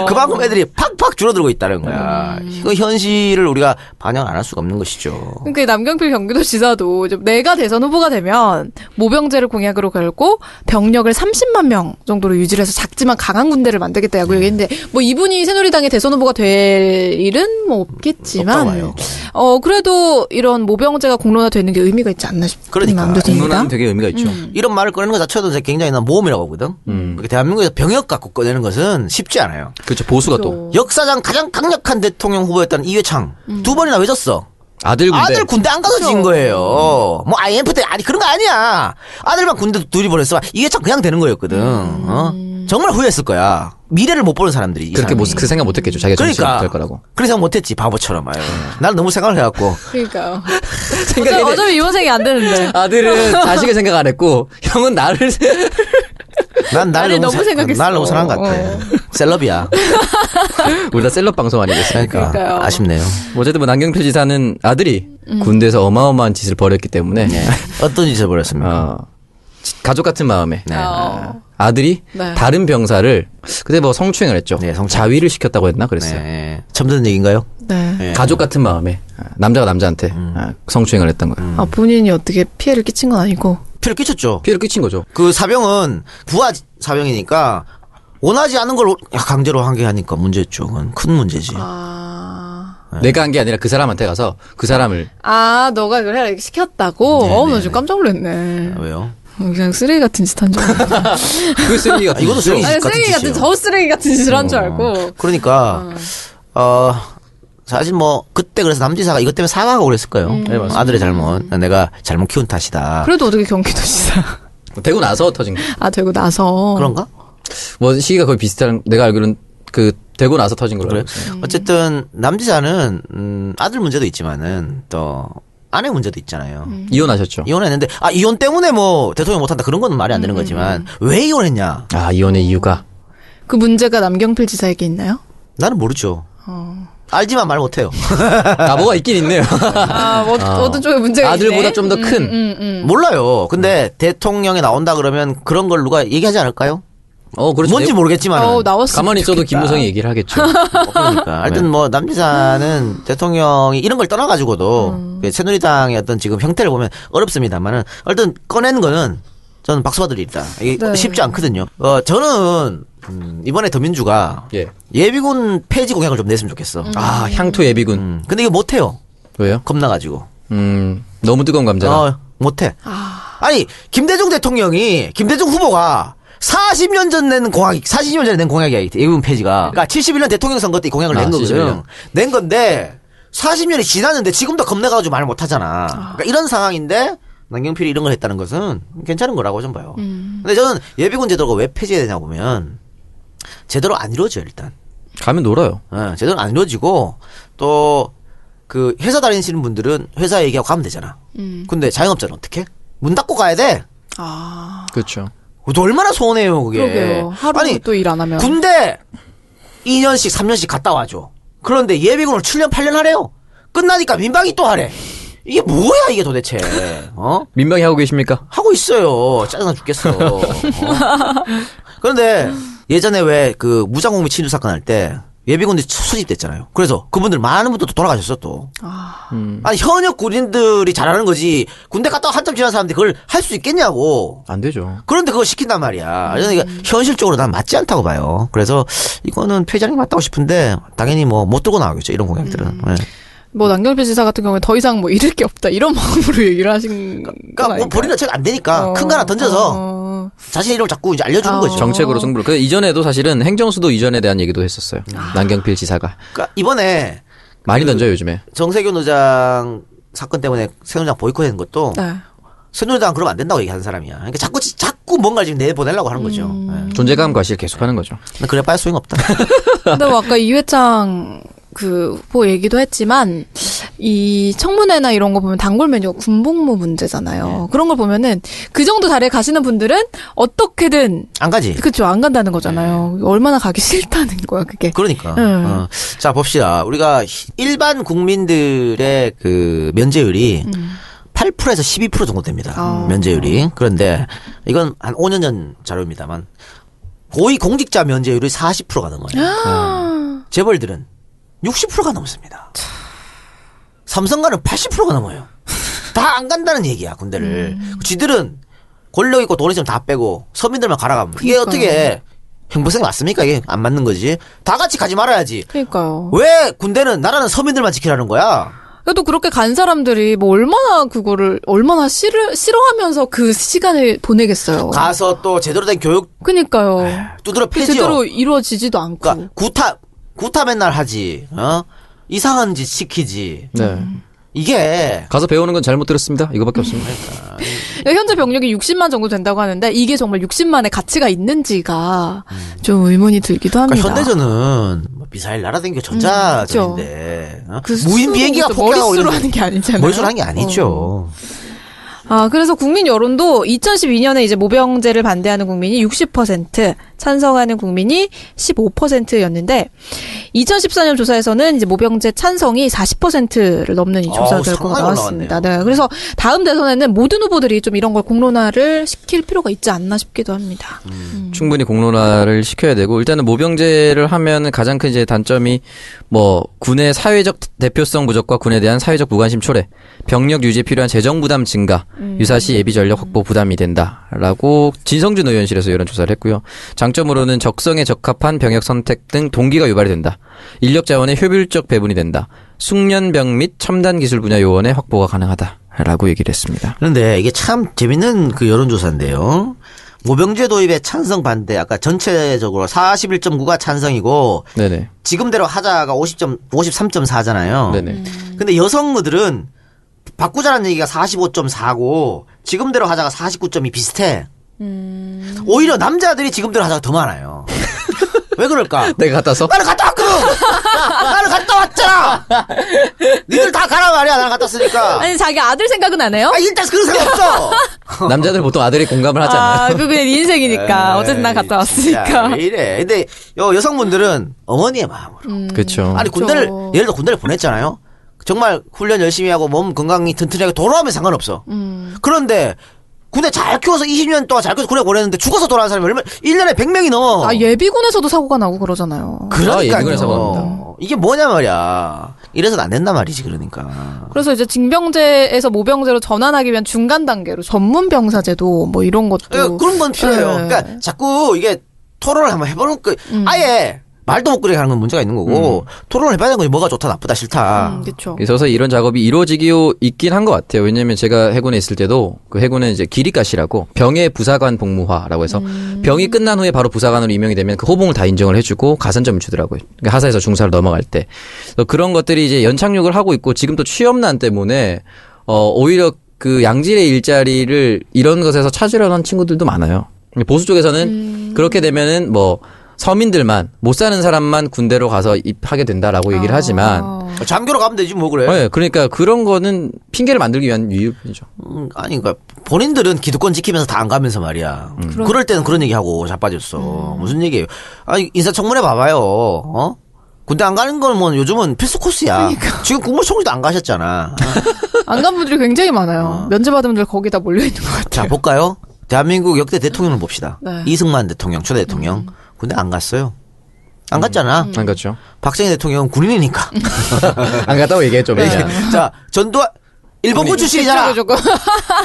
C: 그만큼 애들이 팍팍 줄어들고 있다는 거야. 이거 현실을 우리가 반영 안 할 수가 없는 것이죠.
B: 그러니까 남경필 경기도지사도 이제 내가 대선 후보가 되면 모병제를 공약으로 걸고 병력을 30만 명 정도로 유지를 해서 작지만 강한 군대를
C: 네.
B: 만들겠다고 얘기했는데 뭐 이분이 새누리당의 대선 후보가 될 일은 뭐 없겠지만
C: 없다고 봐요.
B: 어, 그래도 이런 모병제가 공론화되는 게 의미가 있지 않나 싶은
C: 그러니까.
B: 마음도 듭니다.
D: 공론화는 되게 의미가 있죠.
C: 이런 말을 꺼내는 것 자체도 이제 굉장히 난 모험이라고 보거든.
D: 음.
C: 그렇게 대한민국에서 병역 갖고 꺼내는 것은 쉽지 않아요.
D: 그렇죠. 보수가 또
C: 역사상 가장 강력한 대통령 후보였던 이회창
B: 음.
C: 두 번이나 왜 졌어?
D: 아들 군대. 음.
C: 아들 군대 안 가서
B: 그렇죠.
C: 진 거예요. 뭐 IMF 때 아니 그런 거 아니야. 아들만 군대 둘이 보냈어. 이게 참 그냥 되는 거였거든.
B: 음.
C: 어? 정말 후회했을 거야. 미래를 못 보는 사람들이 이
D: 그렇게
C: 사람이.
D: 못, 그 생각 못했겠죠. 자기가 정치가
C: 그러니까
D: 될 거라고.
C: 그런 생각 못했지 바보처럼. 아유. 난 너무 생각을 해갖고
B: 그러니까요.
C: (laughs)
B: 어차피, 어차피 유원생이 안 되는데.
D: (laughs) 아들은 자식의 생각 안 했고 형은 나를
B: (laughs)
C: 난
B: 나를
C: 나를
B: 너무 생각했어.
C: 날 너무 사랑한 것 같아.
B: 어.
C: 셀럽이야.
D: (laughs) 우리 다 셀럽 방송 아니겠습니까?
B: 그러니까요.
C: 그러니까 아쉽네요.
D: 어쨌든 뭐 남경필 지사는 아들이
B: 음.
D: 군대에서 어마어마한 짓을 벌였기 때문에
C: 네. (laughs) 어떤 짓을 벌였습니까?
D: 어, 지- 가족 같은 마음에
C: 네.
B: 어.
D: 아들이
B: 네.
D: 다른 병사를 그때 뭐 성추행을 했죠.
C: 네, 성추행.
D: 자위를 시켰다고 했나 그랬어요.
C: 네. 처음 듣는 얘기인가요?
B: 네.
C: 네.
D: 가족 같은 마음에 아, 남자가 남자한테
C: 음.
D: 아, 성추행을 했던 거예요.
B: 아, 본인이 어떻게 피해를 끼친 건 아니고.
C: 피를 끼쳤죠.
D: 피해를 끼친 거죠.
C: 그 사병은 부하 사병이니까 원하지 않은 걸 강제로 한 게 하니까 문제 쪽은 큰 문제지.
B: 아.
C: 네.
D: 내가 한 게 아니라 그 사람한테 가서
C: (laughs)
D: 그 사람을
B: 아, 너가 이걸 해라. 이렇게 시켰다고? 어우, 나 지금 깜짝 놀랐네.
C: 네, 아, 왜요?
B: 어, 그냥 쓰레기 같은 짓 한 줄 알고.
D: 그 쓰레기
C: (laughs)
D: 같은
C: 이것도
D: 짓이죠.
C: 쓰레기.
B: 아니,
C: 같은
B: 쓰레기
C: 짓이요. 어.
B: 같은, 저 쓰레기 같은 짓을 한 줄 알고.
C: 그러니까 어 사실 뭐 그때 그래서 남지사가 이것 때문에 사과하고 그랬을 거예요. 아들의 잘못, 내가 잘못 키운 탓이다.
B: 그래도 어떻게 경기도지사.
D: 되고 나서 터진 거.
B: 아, 되고 나서.
C: 그런가?
D: 뭐 시기가 거의 비슷한 내가 알기로는 그 되고 나서 터진 걸로
C: 그래.
D: 알고 있어요.
C: 어쨌든 남지사는 음, 아들 문제도 있지만은 또 아내 문제도 있잖아요.
D: 이혼하셨죠.
C: 이혼했는데 아 이혼 때문에 뭐 대통령 못한다 그런 건 말이 안
B: 음,
C: 되는 거지만 왜 이혼했냐?
D: 아
C: (laughs)
D: 이혼의 이유가
B: 그 문제가 남경필 지사에게 있나요?
C: 나는 모르죠.
B: 어.
C: 알지만 말 못해요.
D: 나보가 있긴
C: (laughs)
D: 있네요.
B: 아, 어, 어떤 쪽에 문제가
D: 아들보다
B: 있네? 음,
D: 좀 더 큰.
C: (laughs) 몰라요. 근데
D: 음.
C: 대통령에 나온다 그러면 그런 걸 누가 얘기하지 않을까요?
D: 어 그렇죠.
C: 뭔지
D: 내-
C: 모르겠지만
B: 어우,
C: 은
B: 나왔으면
D: 가만히 있어도
B: 좋겠다.
D: 김무성이 얘기를
C: (laughs)
D: 하겠죠.
C: 그러니까
D: 네.
C: 하여튼 뭐 남지사는 대통령이 이런 걸 떠나가지고도
B: 음.
C: 그 새누리당의 어떤 지금 형태를 보면 어렵습니다만은 어쨌든 꺼낸 거는 저는 박수 받을 일 있다. 이게
B: 네.
C: 쉽지 않거든요. 어 저는 음, 이번에 더민주가
D: 예.
C: 예비군 폐지 공약을 좀 냈으면 좋겠어.
B: 음.
C: 아,
D: 아 향토 예비군
C: 음. 근데 이거 못해요.
D: 왜요?
C: 겁나가지고.
D: 음 너무 뜨거운 감자다.
C: 어, 못해. 아... 니 김대중 대통령이 김대중 후보가 40년 전 낸 공약, 40년 전에 낸 공약이야 이 예비군 폐지가. 그러니까 71년 대통령 선거 때 이 공약을
D: 아,
C: 낸 거거든.
D: 71년.
C: 낸 건데 40년이 지났는데 지금도 겁내가지고 말을 못하잖아. 그러니까 이런 상황인데. 남경필이 이런 걸 했다는 것은 괜찮은 거라고 좀 봐요. 근데 저는 예비군 제도가 왜 폐지해야 되냐 보면 제대로 안 이루어져요 일단.
D: 가면 놀아요.
C: 예, 제대로 안 이루어지고 또 그 회사 다니시는 분들은 회사 얘기하고 가면 되잖아.
B: 음.
C: 근데 자영업자는 어떻게? 문 닫고 가야 돼.
D: 그렇죠.
C: 그것도 얼마나 소원해요 그게.
B: 그러게요. 하루
C: 아니
B: 또 일 안 하면.
C: 군대 2년씩 3년씩 갔다 와줘. 그런데 예비군을 7년 8년 하래요. 끝나니까 민방위 또 하래. 이게 뭐야 이게 도대체? 어?
D: 민방위 하고 계십니까?
C: 하고 있어요. 짜증나 죽겠어. 어. 그런데 예전에 왜 그 무장공비 친주 사건 할 때 예비군들이 수- 수집됐잖아요. 그래서 그분들 많은 분들 또 돌아가셨어 또. 아니 현역 군인들이 잘하는 거지 군대 갔다 와 한참 지난 사람들이 그걸 할 수 있겠냐고.
D: 안 되죠.
C: 그런데 그거 시킨단 말이야. 저는 이게 현실적으로 난 맞지 않다고 봐요. 그래서 이거는 폐장이 맞다고 싶은데 당연히 뭐 못 들고 나가겠죠 이런 공약들은. 예.
B: 뭐 남경필 지사 같은 경우에 더 이상 뭐 잃을 게 없다 이런 (laughs) 마음으로 얘기를 하신
C: 그러니까 뭐 버리는 자체가 안 되니까 큰 거 하나 던져서
B: 어.
C: 자신의 이름을 자꾸 이제 알려주는 거죠.
D: 정책으로 승부를. 그 이전에도 사실은 행정수도 이전에 대한 얘기도 했었어요.
C: 아.
D: 남경필 지사가
C: 그러니까 이번에
D: 많이 던져요 요즘에.
C: 정세균 의장 사건 때문에 새누리당 보이콧한 것도
B: 네.
C: 새누리당 그러면 안 된다고 얘기하는 사람이야. 그러니까 자꾸 자꾸 뭔가 지금 내 보내려고 하는 거죠. 예.
D: 존재감 과시를 계속하는 거죠.
C: 근데 그래 빠야 소용 없다.
B: 근데 뭐 아까 이회창 그 후보 얘기도 했지만 이 청문회나 이런 거 보면 단골 메뉴가 군복무
C: 네.
B: 문제잖아요. 그런 걸 보면은 그 정도 자리에 가시는 분들은 어떻게든
C: 안 가지.
B: 그쵸 안 간다는 거잖아요. 얼마나 가기 (laughs) 싫다는 거야 그게.
C: 네. 그러니까.
B: 음.
C: 어. 자 봅시다. 우리가 일반 국민들의 그 면제율이 8%에서 12% 정도 됩니다. 면제율이. 그런데 이건 한 5년 전 자료입니다만 고위 공직자 면제율이 40%가 넘어요. 네. 재벌들은 60%가 넘습니다. 삼성가는 80%가 넘어요. 다 안 간다는 얘기야 군대를. 쥐들은 권력 있고 돈 있으면 다 빼고 서민들만 갈아가면 이게 어떻게 행보생 맞습니까? 이게 안 맞는 거지. 다 같이 가지 말아야지.
B: 그러니까요.
C: 왜 군대는 나라는 서민들만 지키라는 거야?
B: 그래도 그렇게 간 사람들이 뭐 얼마나 그거를 얼마나 싫어 싫어하면서 그 시간을 보내겠어요.
C: 가서 또 제대로 된 교육
B: 그니까요.
C: 두드려
B: 그게
C: 패지요.
B: 제대로 이루어지지도 않고.
C: 네. 그러니까 구타 구타 맨날 하지. 어? 이상한 짓 시키지.
D: 네.
C: 이게
D: 가서 배우는 건 잘못 들었습니다. 이거밖에 없습니다.
B: 현재 병력이 60만 정도 된다고 하는데 이게 정말 60만의 가치가 있는지가 좀 의문이 들기도 합니다.
C: 음.
B: 음,
C: 그러니까 현대전은 뭐 미사일 날아다니고 전자전인데 어?
B: 그
C: 무인 비행기가
B: 수로부터
C: 폭격하고
B: 머릿수로
C: 이런
B: 하는 게 아니잖아요. 어.
C: 머릿수로 한게 아니죠.
B: 아, 그래서 국민 여론도 2012년에 이제 모병제를 반대하는 국민이 60%, 찬성하는 국민이 15%였는데 2014년 조사에서는 이제 모병제 찬성이 40%를 넘는 이 조사
C: 어우,
B: 결과가
C: 상당히
B: 나왔습니다.
C: 올라왔네요.
B: 네. 그래서 다음 대선에는 모든 후보들이 좀 이런 걸 공론화를 시킬 필요가 있지 않나 싶기도 합니다.
C: 음.
D: 충분히 공론화를 시켜야 되고 일단은 모병제를 하면 가장 큰 이제 단점이 뭐 군의 사회적 대표성 부족과 군에 대한 사회적 무관심 초래, 병력 유지에 필요한 재정 부담 증가, 유사시 예비 전력 확보 부담이 된다라고 진성준 의원실에서 이런 조사를 했고요. 장점으로는 적성에 적합한 병역 선택 등 동기가 유발이 된다. 인력 자원의 효율적 배분이 된다. 숙련병 및 첨단 기술 분야 요원의 확보가 가능하다라고 얘기를 했습니다.
C: 그런데 이게 참 재밌는 그 여론조사인데요. 모병제 도입에 찬성 반대 아까 전체적으로 41.9가 찬성이고
D: 네네.
C: 지금대로 하자가 50점 53.4잖아요.
D: 네네.
C: 근데 여성들은 바꾸자는 얘기가 45.4고 지금대로 하자가 49점이 비슷해. 오히려 남자들이 지금대로 하자가 더 많아요. 왜
D: (laughs)
C: 그럴까?
D: 내가 갖다
C: (laughs)
D: 써?
C: 나는 갔다 왔거든. 나는 갔다
D: (laughs)
C: 왔잖아. 니들 다 가라 말이야. 나는 갔다 왔으니까.
B: 아니, 자기 아들 생각은 안 해요?
C: 아 일단 그런 생각 없어.
D: 남자들 보통 아들이 공감을 하지 않아요?
B: 아, 그게 네
C: (laughs)
B: 인생이니까. 어쨌든 난 갔다
C: 진짜
B: 왔으니까.
C: 왜 이래? 근데 여 여성분들은 어머니의 마음으로.
D: 그렇죠.
C: 아니 군대를 예를 들어 군대를 보냈잖아요. 정말 훈련 열심히 하고 몸 건강이 튼튼하게 돌아오면 상관없어. 그런데 군대 잘 키워서 20년 동안 잘 키워서 군에 보냈는데 죽어서 돌아온 사람이 얼마 1년에 100명이 넘어.
B: 아, 예비군에서도 사고가 나고 그러잖아요.
D: 아, 예, 그건 상관없습니다.
C: 그러니까요. 이게 뭐냐 말이야. 이래서 안 된단 말이지 그러니까.
B: 그래서 이제 징병제에서 모병제로 전환하기 위한 중간 단계로 전문 병사제도 뭐 이런 것도
C: 예, 그런 건 필요해요.
B: 예.
C: 그러니까 자꾸 이게 토론을 한번 해보는 거 아예 말도 못 그리게 하는 건 문제가 있는 거고 토론을 해봐야 되는 거지 뭐가 좋다 나쁘다 싫다.
B: 음, 그렇죠.
D: 있어서 이런 작업이 이루어지기도 있긴 한 것 같아요. 왜냐면 제가 해군에 있을 때도 그 해군은 이제 기립가시라고 병의 부사관 복무화라고 해서
B: 음.
D: 병이 끝난 후에 바로 부사관으로 임명이 되면 그 호봉을 다 인정을 해주고 가산점을 주더라고요. 그러니까 하사에서 중사로 넘어갈 때. 그래서 그런 것들이 이제 연착륙을 하고 있고 지금 또 취업난 때문에 어, 오히려 그 양질의 일자리를 이런 것에서 찾으려는 친구들도 많아요. 보수 쪽에서는
B: 음.
D: 그렇게 되면은 뭐 서민들만 못 사는 사람만 군대로 가서 입하게 된다라고 얘기를 하지만
B: 아.
C: 장교로 가면 되지 뭐 그래.
D: 네, 그러니까 그런 거는 핑계를 만들기 위한 이유죠.
C: 음, 아니 그러니까 본인들은 기득권 지키면서 다 안 가면서 말이야.
B: 음.
C: 그럴
B: 그렇죠.
C: 때는 그런 얘기하고 자빠졌어. 무슨 얘기예요? 아니 인사청문회 봐봐요. 어? 군대 안 가는 거는 뭐 요즘은 필수 코스야. 지금 국무총리도 안 가셨잖아.
B: 그러니까. (laughs)
C: 어.
B: 안 간 분들이 굉장히 많아요. 면제받은 분들 거기다 몰려 있는 것
C: 자
B: 같아요.
C: 볼까요? 대한민국 역대 대통령을 봅시다.
B: 네. 음.
C: 이승만 대통령 초대 대통령 군대 안 갔어요. 안 갔잖아.
D: 안 갔죠.
C: 박정희 대통령은 군인이니까.
B: 음.
C: 음.
D: 안 갔다고 얘기해
C: 네.
D: 좀.
C: 자 전두환 일본군 출신이잖아.
B: 조금 조금.
C: (laughs)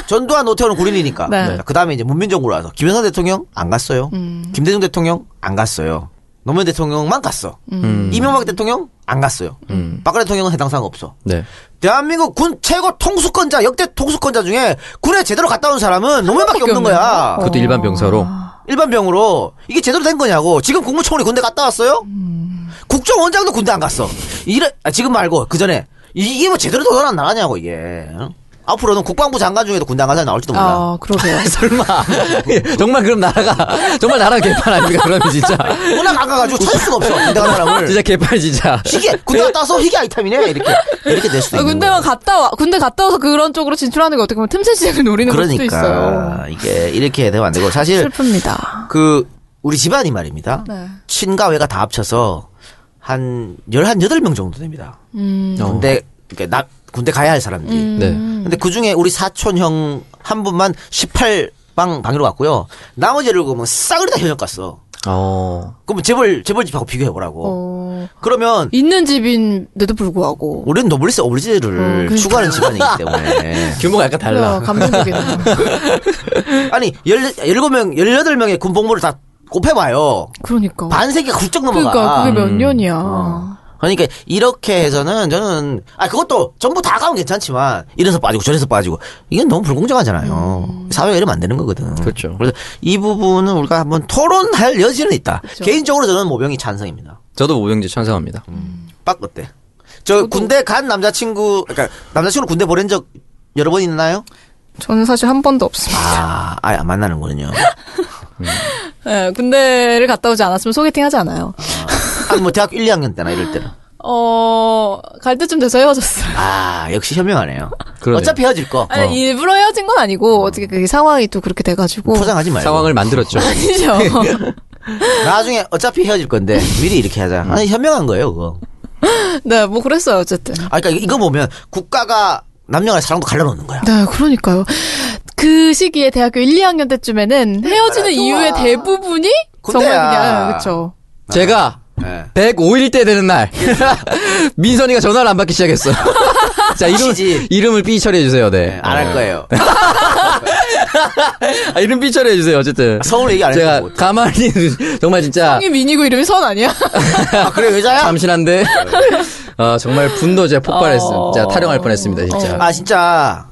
C: 전두환 노태우는 군인이니까.
B: 네.
C: 그 다음에 이제 문민정부로 와서 김영삼 대통령 안 갔어요. 김대중 대통령 안 갔어요. 노무현 대통령만 갔어.
B: 음.
C: 음.
D: 음.
C: 이명박 대통령 안 갔어요. 박근혜 대통령은 해당 사항 없어.
D: 네.
C: 대한민국 군 최고 통수권자 역대 통수권자 중에 군에 제대로 갔다 온 사람은 노무현밖에 없는 거야. 어.
D: 그것도 일반 병사로.
B: 아.
C: 일반 병으로 이게 제대로 된 거냐고. 지금 국무총리 군대 갔다 왔어요? 국정원장도 군대 안 갔어. 이래 아, 지금 말고 그 전에 이게 뭐 제대로 도전한 나라냐고 이게. 앞으로는 국방부 장관 중에도 군대 안 가서 나올지도 몰라.
B: 아, 그러게요.
D: 설마. (laughs) 정말 그럼 나라가 정말 나라 개판 아닙니까? 그러면 진짜.
C: 워낙 아까가지고 찾을 수가 없어. 군대 간 사람을.
D: 진짜 개판 진짜.
C: 희귀 군대 갔다 와서 희귀 아이템이네 이렇게 이렇게 될 수도
B: 아,
C: 있는
B: 군대만
C: 거예요.
B: 갔다 와 군대 갔다 와서 그런 쪽으로 진출하는 게 어떻게 보면 틈새 시장을 노리는 걸 수도 있어요.
C: 그러니까 이게 이렇게 되면 안 되고 사실
B: 슬픕니다.
C: 그 우리 집안이 말입니다.
B: 네.
C: 친가 외가 다 합쳐서 한 열한 여덟 명 정도 됩니다. 군대 그러니까 나 군대 가야 할 사람들이.
B: 음.
D: 네.
C: 근데 그 중에 우리 사촌 형 한 분만 18 방, 방위로 갔고요. 나머지를 보면 싸그리 다 현역 갔어.
D: 어.
C: 그럼 재벌, 재벌 집하고
H: 어.
C: 비교해보라고. 그러면
B: 있는 집인데도 불구하고
C: 우리는 노블리스 오브리지를 추구하는 집안이기
D: (laughs)
C: 때문에.
D: 규모가 약간
C: (laughs)
D: 달라.
B: 감동적이네요.
C: 아니, 열, 일곱 명, 열여덟 명의 군복무를 다 곱해봐요.
B: 그러니까.
H: 어.
C: 반세기가 훌쩍 넘어가.
H: 그러니까
B: 그러니까 그게 몇 년이야.
C: 그러니까 이렇게 해서는 저는 아 그것도 전부 다 가면 괜찮지만 이래서 빠지고 저래서 빠지고 이건 너무 불공정하잖아요. 사회가 이러면 안 되는 거거든.
D: 음. 그렇죠.
C: 그래서 이 부분은 우리가 한번 토론할 여지는 있다.
D: 그렇죠.
C: 개인적으로 저는 모병이 찬성입니다.
D: 저도 오병지 찬성합니다.
C: 음. 빡 어때? 저 군대 간 남자친구 그러니까 남자친구 군대 보낸 적 여러 번 있나요?
H: 저는 사실 한
C: (laughs)
H: 번도 없습니다.
C: 아, 아예 안 만나는군요.
H: 예, 군대를 갔다 오지 않았으면 소개팅 하지 않아요.
C: 아니 뭐 대학교 1, 2학년 때나 이럴 때는.
H: 어, 갈 때쯤 돼서 헤어졌어요.
C: 아, 역시 현명하네요.
D: 그러네요.
C: 어차피 헤어질 거.
H: 아니,
C: 어.
H: 일부러 헤어진 건 아니고, 어떻게 그 상황이 또 그렇게
C: (laughs)
H: 돼가지고. (laughs)
C: 포장하지 말고.
D: 상황을 만들었죠.
H: 아니죠.
C: 나중에 어차피 헤어질 건데 미리 이렇게 하자. 아니 현명한 거예요, 그거.
H: 네, 뭐 그랬어요, 어쨌든.
C: 아, 그러니까 이거 보면 국가가 남녀간의 사랑도 갈라놓는 거야.
H: 네, 그러니까요. 그 시기에 대학교 1, 2학년 때쯤에는 헤어지는 이유의 대부분이 정말
C: 군대야.
H: 그냥, 그쵸.
D: (laughs) 제가
C: 예.
D: 105일 때 되는 날 (laughs) 민선이가 전화를 안 받기 시작했어. (laughs) 자 이름
C: 시집.
D: 이름을 B 처리해 주세요. 네.
C: 안 할 거예요.
D: 아, 이름 B 처리해 주세요. 어쨌든
C: 성을 얘기 안
D: 제가
C: 했고.
D: 가만히 (laughs) 정말 진짜
H: 형이 민이고 이름이 선 아니야?
C: 아, 그래 여자야?
D: 참신한데 아, 정말 분노 제가 폭발했어. 네.
H: 어.
D: 진짜 타령할 뻔했습니다. 진짜.
C: 아 진짜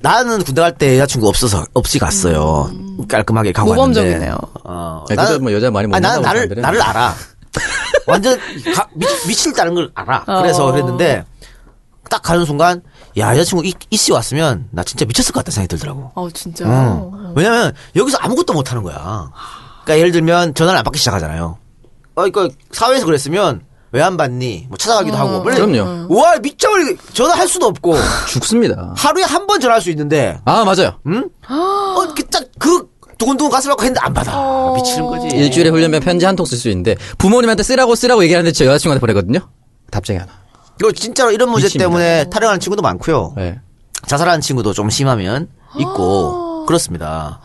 C: 나는 군대 갈 때 여자친구 없어서 없이 갔어요. 깔끔하게 가고
H: 음. 모범적이네요.
C: 왔는데. 어,
D: 아, 그래도 뭐 여자 많이 못
C: 아니, 나는
D: 만나고
C: 나를
D: 사람들은.
C: 나를 알아. 완전 가- 미, 칠다는걸 알아.
H: 어.
C: 그래서 그랬는데 딱 가는 순간 야 여자친구 이, 이씨 왔으면 나 진짜 미쳤을 것 같다 생각이 들더라고.
H: (laughs) 어, 진짜.
C: 어. 왜냐면 여기서 아무것도 못 하는 거야. 그러니까 예를 들면 전화를 안 받기 시작하잖아요. 어, 그러니까 사회에서 그랬으면 왜 안 받니? 뭐 찾아가기도
H: 어.
C: 하고. 원래
D: 그럼요.
C: 와 미쳐버리 전화할 수도 없고
D: 죽습니다.
C: 하루에 한 번 전화할 수 있는데
D: 아 맞아요.
C: 어, 이렇게 딱그 두근두근 가슴 아고 했는데 안 받아.
H: 어.
C: 예, 미치는 거지.
D: 일주일에 훈련병 편지 한 통 쓸 수 있는데 부모님한테 쓰라고 쓰라고 얘기하는데 제 여자친구한테 보내거든요. 답장이 하나.
C: 이거 진짜로 이런 문제
D: 미칩니다.
C: 때문에 타령하는 친구도 많고요.
D: 네.
C: 자살하는 친구도 좀 심하면
H: 아.
C: 있고 그렇습니다.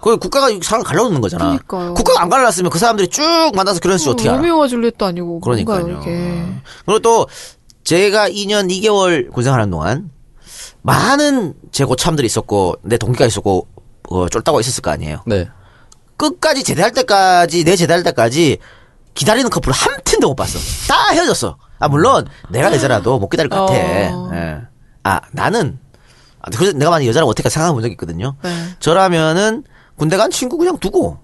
C: 그 국가가 이 사람을 갈라놓는 거잖아.
H: 그러니까요.
C: 국가가 안 갈라놨으면 그 사람들이 쭉 만나서 그런 식으로 어떻게 알아?
H: 로미오와 줄리엣도 아니고. 뭔가
C: 그러니까요.
H: 이렇게.
C: 그리고 또 제가 2년 2개월 군생하는 동안 많은 제 고참들이 있었고 내 동기가 있었고 어, 쫄따고 있었을 거 아니에요.
D: 네.
C: 끝까지 제대할 때까지 내 제대할 때까지 기다리는 커플을 한 팀도 못 봤어. 다 헤어졌어. 아 물론 내가 여자라도 못 기다릴 것 같아.
H: 어.
C: 예. 아 나는 아, 그래서 내가 만약 여자라고 어떻게 생각해 본 적이 있거든요.
H: 네.
C: 저라면은 군대 간 친구 그냥 두고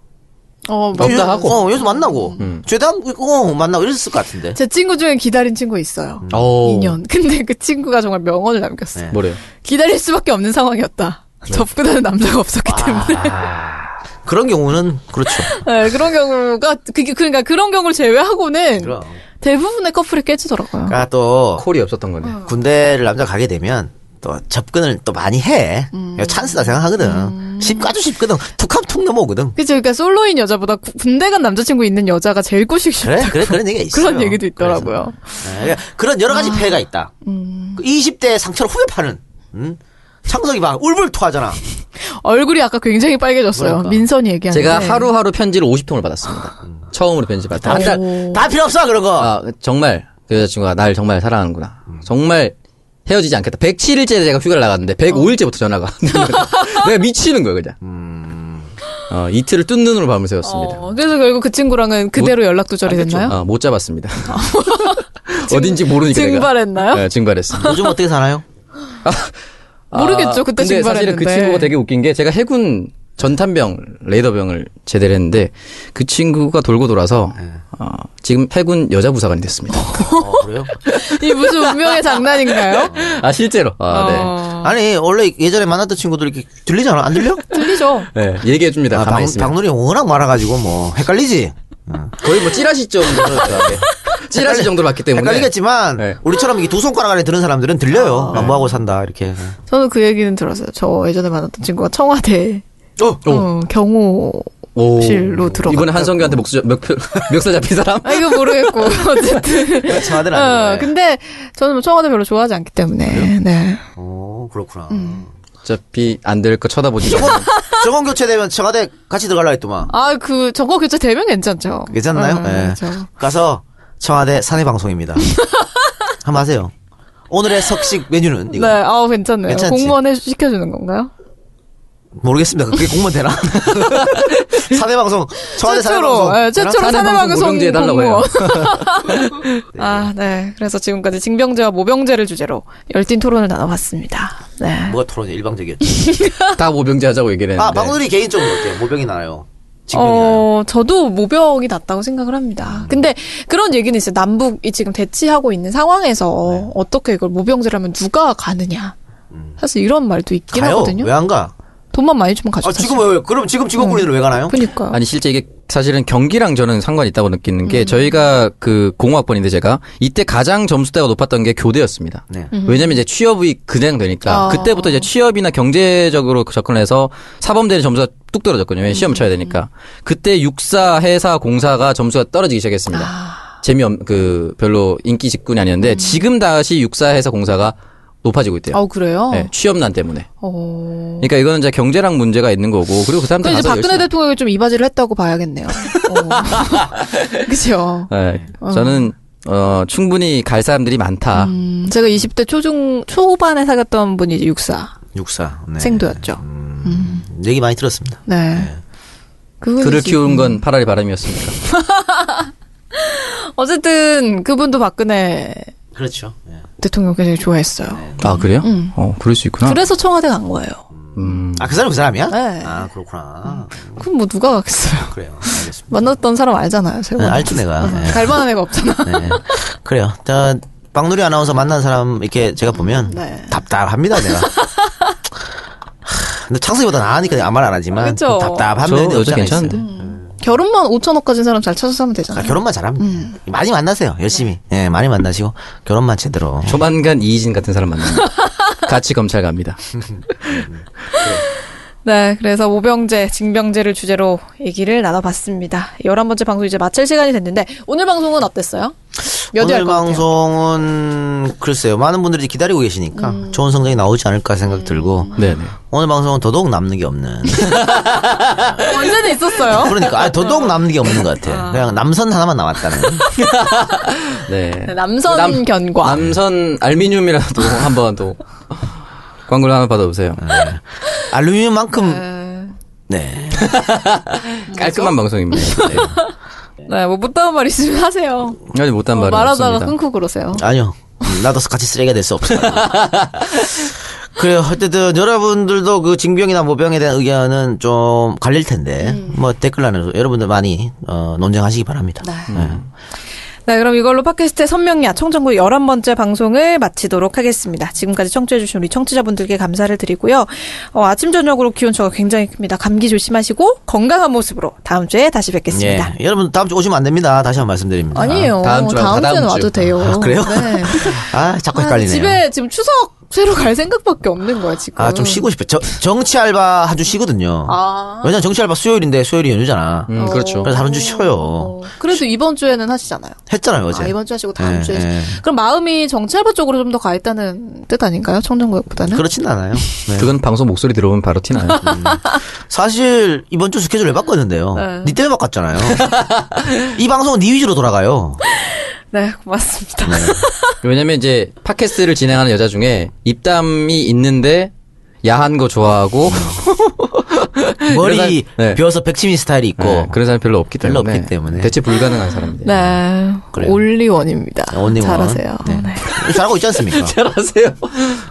H: 어,
D: 없다
H: 뭐,
C: 여기서-
D: 하고. 음.
C: 어, 여기서 만나고 죄다 어 만나고 이랬을 것 같은데.
H: 제 친구 중에 기다린 친구
C: 음.
H: 있어요.
D: 오.
H: 2년. 근데 그 친구가 정말 명언을 남겼어요.
C: 네. 그렇죠.
D: 뭐래요? 다른
H: 기다릴 수밖에 없는 상황이었다. 접근하는 남자가 없었기 때문에. (laughs)
C: 그런 경우는
D: (laughs)
C: 그렇죠.
H: 네, 그런 경우가 그게 그러니까 그런 경우를 제외하고는
C: 그럼.
H: 대부분의 커플이 깨지더라고요.
C: 그러니까 또
D: 콜이 없었던 거네.
C: 어,
D: 요
C: 군대를 남자 가게 되면 또 접근을 또 많이 해.
D: 음.
C: 이거 찬스다 생각하거든. 쉽 아주 쉽거든. 툭하면 툭 넘어오거든.
H: 그죠? 그러니까 솔로인 여자보다 구- 군대 간 남자친구 있는 여자가 제일 꼬시기 싫다.
C: 그래 그래 그런 얘기가 있어.
H: 그런 얘기도 있더라고요. 아. 음.
C: 그런 여러 가지 폐해가 있다. 그 20대의 상처를 후벼 파는. 음? 창석이 막 울불 토하잖아.
H: 얼굴이 아까 굉장히 빨개졌어요.
C: 그러니까.
H: 민선이 얘기하는
D: 제가
H: 게.
D: 하루하루 편지를 50통을 받았습니다. 처음으로 편지
H: 아.
C: 다,
D: 받았다.
C: 다, 다 필요 없어 그런 거.
D: 아, 정말 그 여자친구가 날 정말 사랑하는구나.
H: 음.
D: 정말 헤어지지 않겠다. 107일째 제가 휴가를 나갔는데
H: 어.
D: 105일째부터 전화가.
H: (laughs)
D: 내가 미치는 거야 그냥. 어, 이틀을 뜬 눈으로 밤을 새웠습니다.
H: 음. 어, 그래서 결국 그 친구랑은 그대로 연락 두절이 됐나요?
D: 아, 못 잡았습니다. (laughs) 어딘지 모르니까 내가.
H: 증발했나요?
D: 네, 증발했습니다.
C: 요즘 어떻게 사나요?
H: (laughs) 모르겠죠, 그때
D: 근데 사실은 그
H: 증발했는데.
D: 친구가 되게 웃긴 게 제가 해군 전탄병 레이더병을 제대를 했는데 그 친구가 돌고 돌아서
H: 네.
D: 어, 지금 해군 여자 부사관이
H: (laughs)
D: 됐습니다.
C: 어, 그래요?
H: 이 무슨
C: (laughs)
H: 운명의 장난인가요?
D: 아 실제로. 아,
H: 어,
C: 아니 원래 예전에 만났던 친구들 이렇게 들리지 않아? 안
H: (laughs)
C: 들려?
H: 틀리죠.
D: 네. 네, 얘기해 줍니다.
C: 아,
D: 가만히
C: 방,
D: 있으면.
C: 방놀이 워낙 많아가지고 뭐 헷갈리지. 응.
D: 거의 뭐 찌라시 정도로 (laughs) 네. 찌라시 정도로 봤기 때문에
C: 헷갈리겠지만
D: 네.
C: 우리처럼 이게 두 손가락 안에 드는 사람들은 들려요. 아, 뭐하고 산다 이렇게.
H: 저는 그 얘기는 들었어요. 저 예전에 만났던 친구가 청와대
D: 어,
H: 어, 경호실로
D: 오.
H: 들어가.
D: 이번에 한성규한테 목수 멱표 (laughs) 멱살 잡힌 사람
H: 아, 이거
C: (laughs)
H: 모르겠고, 어쨌든.
C: 청와대는
H: 어,
C: 아니에요.
H: 근데 저는 뭐 청와대 별로 좋아하지 않기 때문에. 네.
C: 어 그렇구나.
H: 음.
D: 어차피 안 될 거 쳐다보지 않는.
C: 정원 교체되면 청와대 같이 들어갈라 했더만.
H: 아, 그, 저거 교체 되면 괜찮죠.
C: 괜찮나요?
H: 어,
C: 예.
H: 그렇죠.
C: 가서 청와대
B: (laughs)
C: 사내 방송입니다. 한번 하세요. 오늘의 석식 메뉴는 이거.
H: 네, 아우, 괜찮네요.
C: 괜찮지?
H: 공무원 해, 시켜주는 건가요?
C: 모르겠습니다. 그게 공무원
B: (laughs)
C: 되나? 사대방송 청와대
B: 최초로
C: 사대방송
B: 예, 최초로
D: 사내 방송
B: 사내방송
D: 무병제 해달라고 해요.
B: 공무원. 아, 네. 그래서 지금까지 징병제와 모병제를 주제로 열띤 토론을 나눠봤습니다. 네.
C: 뭐가 토론이 일방적이었지?
D: (laughs) 다 모병제 하자고 얘기를 했는데.
C: 아 박누리 개인적으로 어때요? 모병이 나요. 직병이 나요.
B: 어, 저도 모병이 낫다고 생각을 합니다. 근데 그런 얘기는 있어요. 남북이 지금 대치하고 있는 상황에서
C: 네.
B: 어떻게 이걸 모병제라면 누가 가느냐. 사실 이런 말도 있긴
C: 음. 가요?
B: 하거든요. 네.
C: 왜 안 가?
B: 돈만 많이 주면 가죠.
C: 아, 지금 왜 왜- 그럼 지금 직업군인들 왜 가나요?
B: 그니까.
D: 아니 실제 이게 사실은 경기랑 저는 상관이 있다고 느끼는 게 저희가 그 공학번인데 제가 이때 가장 점수대가 높았던 게 교대였습니다.
C: 네.
B: 음.
D: 왜냐면 이제 취업이 그냥 되니까
B: 아.
D: 그때부터 이제 취업이나 경제적으로 접근해서 사범대는 점수가 뚝 떨어졌거든요. 왜냐면 시험 쳐야 되니까.
B: 음.
D: 그때 육사, 해사, 공사가 점수가 떨어지기 시작했습니다.
B: 아.
D: 재미없 그 별로 인기 직군이
B: 음.
D: 아니었는데 지금 다시 육사, 해사, 공사가 높아지고 있대요.
B: 어, 그래요?
D: 네, 취업난 때문에.
B: 어.
D: 그러니까 이거는 이제 경제랑 문제가 있는 거고 그리고 그 사람들
B: 그럼 이제
D: 가서
B: 박근혜
D: 열심히-
B: 대통령이 좀 이바지를 했다고 봐야겠네요. (laughs) 어. 그죠?
D: 네, 저는 어, 충분히 갈 사람들이 많다.
B: 음, 제가 20대 초중, 초반에 사귀었던 분이 이제 육사,
C: 육사. 네.
B: 생도였죠.
C: 얘기 많이 들었습니다.
B: 네. 그분이
D: 그를
B: 지금-
D: 키우는 건 파라리 바람이었습니까?
B: 어쨌든 그분도 박근혜
C: 그렇죠. 네.
B: 대통령 굉장히 좋아했어요.
D: 아 그래요? 어 그럴 수 있구나.
B: 음.
D: 음.
B: 그래서 청와대 간 거예요.
C: 아그 사람 그 사람이야?
B: 네.
C: 아 그렇구나.
B: 그럼 뭐 누가 가겠어요?
C: 그래요. 알겠습니다.
B: 만났던 사람 알잖아요. 세월.
C: 네, 알지
B: 어.
C: 내가. 네.
B: 갈만한 애가 (laughs) 없잖아.
C: 네. 그래요. 자, 박누리 아나운서 만난 사람 이렇게 제가 보면
B: 네.
C: 답답합니다, 내가. 하, 근데 창석이보다 나으니까 아무 말 안 하지만
B: 그쵸.
D: 저
C: 답답한 면이 없지
D: 여자
C: 않아 있어요.
D: 괜찮은데.
B: 결혼만 5천억 가진 사람 잘 찾아서 하면
C: 아,
B: 되잖아요.
C: 결혼만 잘하면
B: 음.
C: 많이 만나세요, 열심히.
B: 네.
C: 예, 많이 만나시고 결혼만 제대로.
D: 네. 조만간 이희진 같은 사람 만나요. (laughs) 같이 검찰
C: (laughs)
D: 갑니다.
B: 네, 그래서 모병제, 징병제를 주제로 얘기를 네, 나눠봤습니다. 11번째 방송 이제 마칠 시간이 됐는데 오늘 방송은 어땠어요? 몇 위
C: 오늘
B: 할 것 같아요?
C: 방송은 글쎄요, 많은 분들이 기다리고 계시니까
B: 음.
C: 좋은 성적이 나오지 않을까 생각 들고
D: 네네.
C: 오늘 방송은 더더욱 남는 게 없는.
B: 언제는 있었어요?
C: (laughs) 그러니까 아, 더더욱 남는 게 없는 것 같아. 요 그냥 남선 하나만 남았다는.
B: (laughs)
D: 네.
B: 네, 남선 견과.
D: 남선
C: (laughs)
D: 알미늄이라도 한번 또 광고를 하나 받아보세요.
C: 알루미늄만큼 네.
D: 깔끔한
B: (laughs)
D: 방송입니다. 네.
B: 네, 뭐 못다운 말 있으면 하세요.
D: 아니 못한
B: 뭐
D: 말은
B: 말하다가
D: 없습니다.
B: 끊고 그러세요.
C: 아니요. 음, 나도 같이 쓰레기가 될 수 없어요.
B: (laughs)
C: 그래요. 어쨌든 여러분들도 그 징병이나 모병에 대한 의견은 좀 갈릴 텐데
B: 음.
C: 뭐 댓글란에서 여러분들 많이 어, 논쟁하시기 바랍니다. 네.
B: 네, 그럼 이걸로 팟캐스트의 선명야 청정구 11번째 방송을 마치도록 하겠습니다. 지금까지 청취해주신 우리 청취자분들께 감사를 드리고요. 어, 아침, 저녁으로 기온차가 굉장히 큽니다. 감기 조심하시고 건강한 모습으로 다음 주에 다시 뵙겠습니다.
C: 예. 여러분 다음 주 오시면 안 됩니다. 다시 한 번 말씀드립니다.
B: 아니에요.
D: 다음
B: 다음,
D: 주랑 다다음
B: 주에는
D: 주.
B: 와도 돼요.
C: 아, 그래요?
B: 네.
C: (laughs) 아, 자꾸
B: 아,
C: 헷갈리네요.
B: 집에 지금 추석 새로 갈 생각밖에 없는 거야, 지금.
C: 아, 좀 쉬고 싶어요. 저- 정치 알바 한 주 쉬거든요.
B: 아.
C: 왜냐면 정치 알바 수요일인데 수요일이 연휴잖아.
D: 음, 그렇죠.
C: 그래서 하루 주 쉬어요.
B: 어, 그래도 이번 주에는 하시잖아요.
C: 했잖아요, 어제.
B: 아, 이번 주 하시고 다음
C: 예,
B: 주에.
C: 예.
B: 그럼 마음이 정치알바 쪽으로 좀 더 가 있다는 뜻 아닌가요? 청정구역보다는? (laughs)
C: 그렇진 않아요. 네. 음.
D: 그건 방송 목소리 들어보면 바로 티나요.
C: 사실 이번 주 스케줄 왜 바꿨는데요? 네,
B: (laughs)
C: 때문에 바꿨잖아요. 이 방송은 네 위주로 돌아가요.
B: 네, 고맙습니다.
D: (laughs) 왜냐면 이제 팟캐스트를 진행하는 여자 중에 입담이 있는데 야한
C: (laughs)
D: 거 좋아하고
C: 머리
D: 그래서- 네.
C: 비어서 백치민 스타일이 있고
D: 네, 그런 사람이 별로 없기
C: 별로
D: 때문에
C: 없기 때문에.
D: 대체 불가능한 사람인데 (laughs)
B: 네,
C: 그래요.
B: 올리원입니다.
C: 언니 뭐.
B: 잘하세요. 네.
C: 잘하고 있지
B: (laughs)
C: 않습니까?
D: 잘하세요.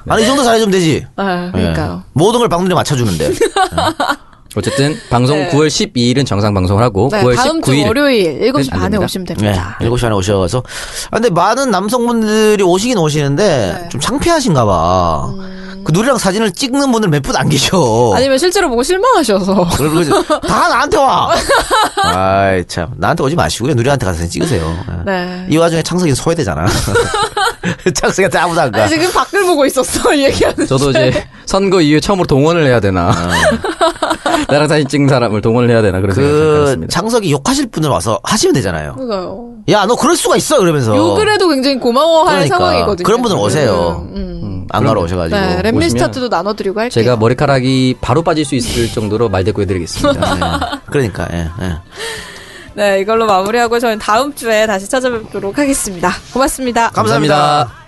C: 아니 이 정도 잘해주면 되지.
B: 아, 그러니까요.
C: 예. 모든 걸 박누리 맞춰주는데
D: 어쨌든 방송
B: 네.
D: 9월 12일은 정상 방송을 하고
B: 네,
D: 9월
B: 다음
D: 19일
B: 주 월요일 7시
D: 안
B: 반에
D: 됩니다.
B: 오시면
C: 네,
B: 됩니다.
C: 7시 반에 오셔서 아, 근데 많은 남성분들이 오시긴 오시는데
B: 네.
C: 좀 창피하신가 봐. 그 누리랑 사진을 찍는 분들 몇 분 안 계셔.
B: 음. 아니면 실제로 보고 실망하셔서.
C: 그리고 그러지. 다 나한테 와. 아이 참 나한테 오지 마시고요. 누리한테 가서 사진 찍으세요. 예.
B: 네.
C: 이 와중에 창석이 소외되잖아. (laughs) 창석이한테 아무도 안 가.
B: 아니, 지금 밖을 보고 있었어, (laughs) 이 얘기하는.
D: 저도
B: 중에.
D: 이제 선거 이후에 처음으로 동원을 해야 되나 (laughs) 나랑 사진 찍은 사람을 동원을 해야 되나 네, 그런 생각이
C: 아. 그
D: 들었습니다.
C: 창석이 욕하실 분들 와서 하시면 되잖아요.
B: 그러니까요.
C: 야, 너 그럴 수가 있어 그러면서.
B: 욕을 해도 굉장히 고마워할
C: 그러니까.
B: 상황이거든요.
C: 그런 분들
B: 지금.
C: 오세요. 안 가러 오셔가지고.
B: 네,
D: 오시면
B: 랩미스타트도 나눠드리고 할게요.
D: 제가 머리카락이 바로 빠질 수 있을 정도로 말대꾸
C: (laughs)
D: 해드리겠습니다.
C: 네. 그러니까 예, 예.
B: 네, 이걸로 마무리하고 저는 다음 주에 다시 찾아뵙도록 하겠습니다. 고맙습니다.
C: 감사합니다.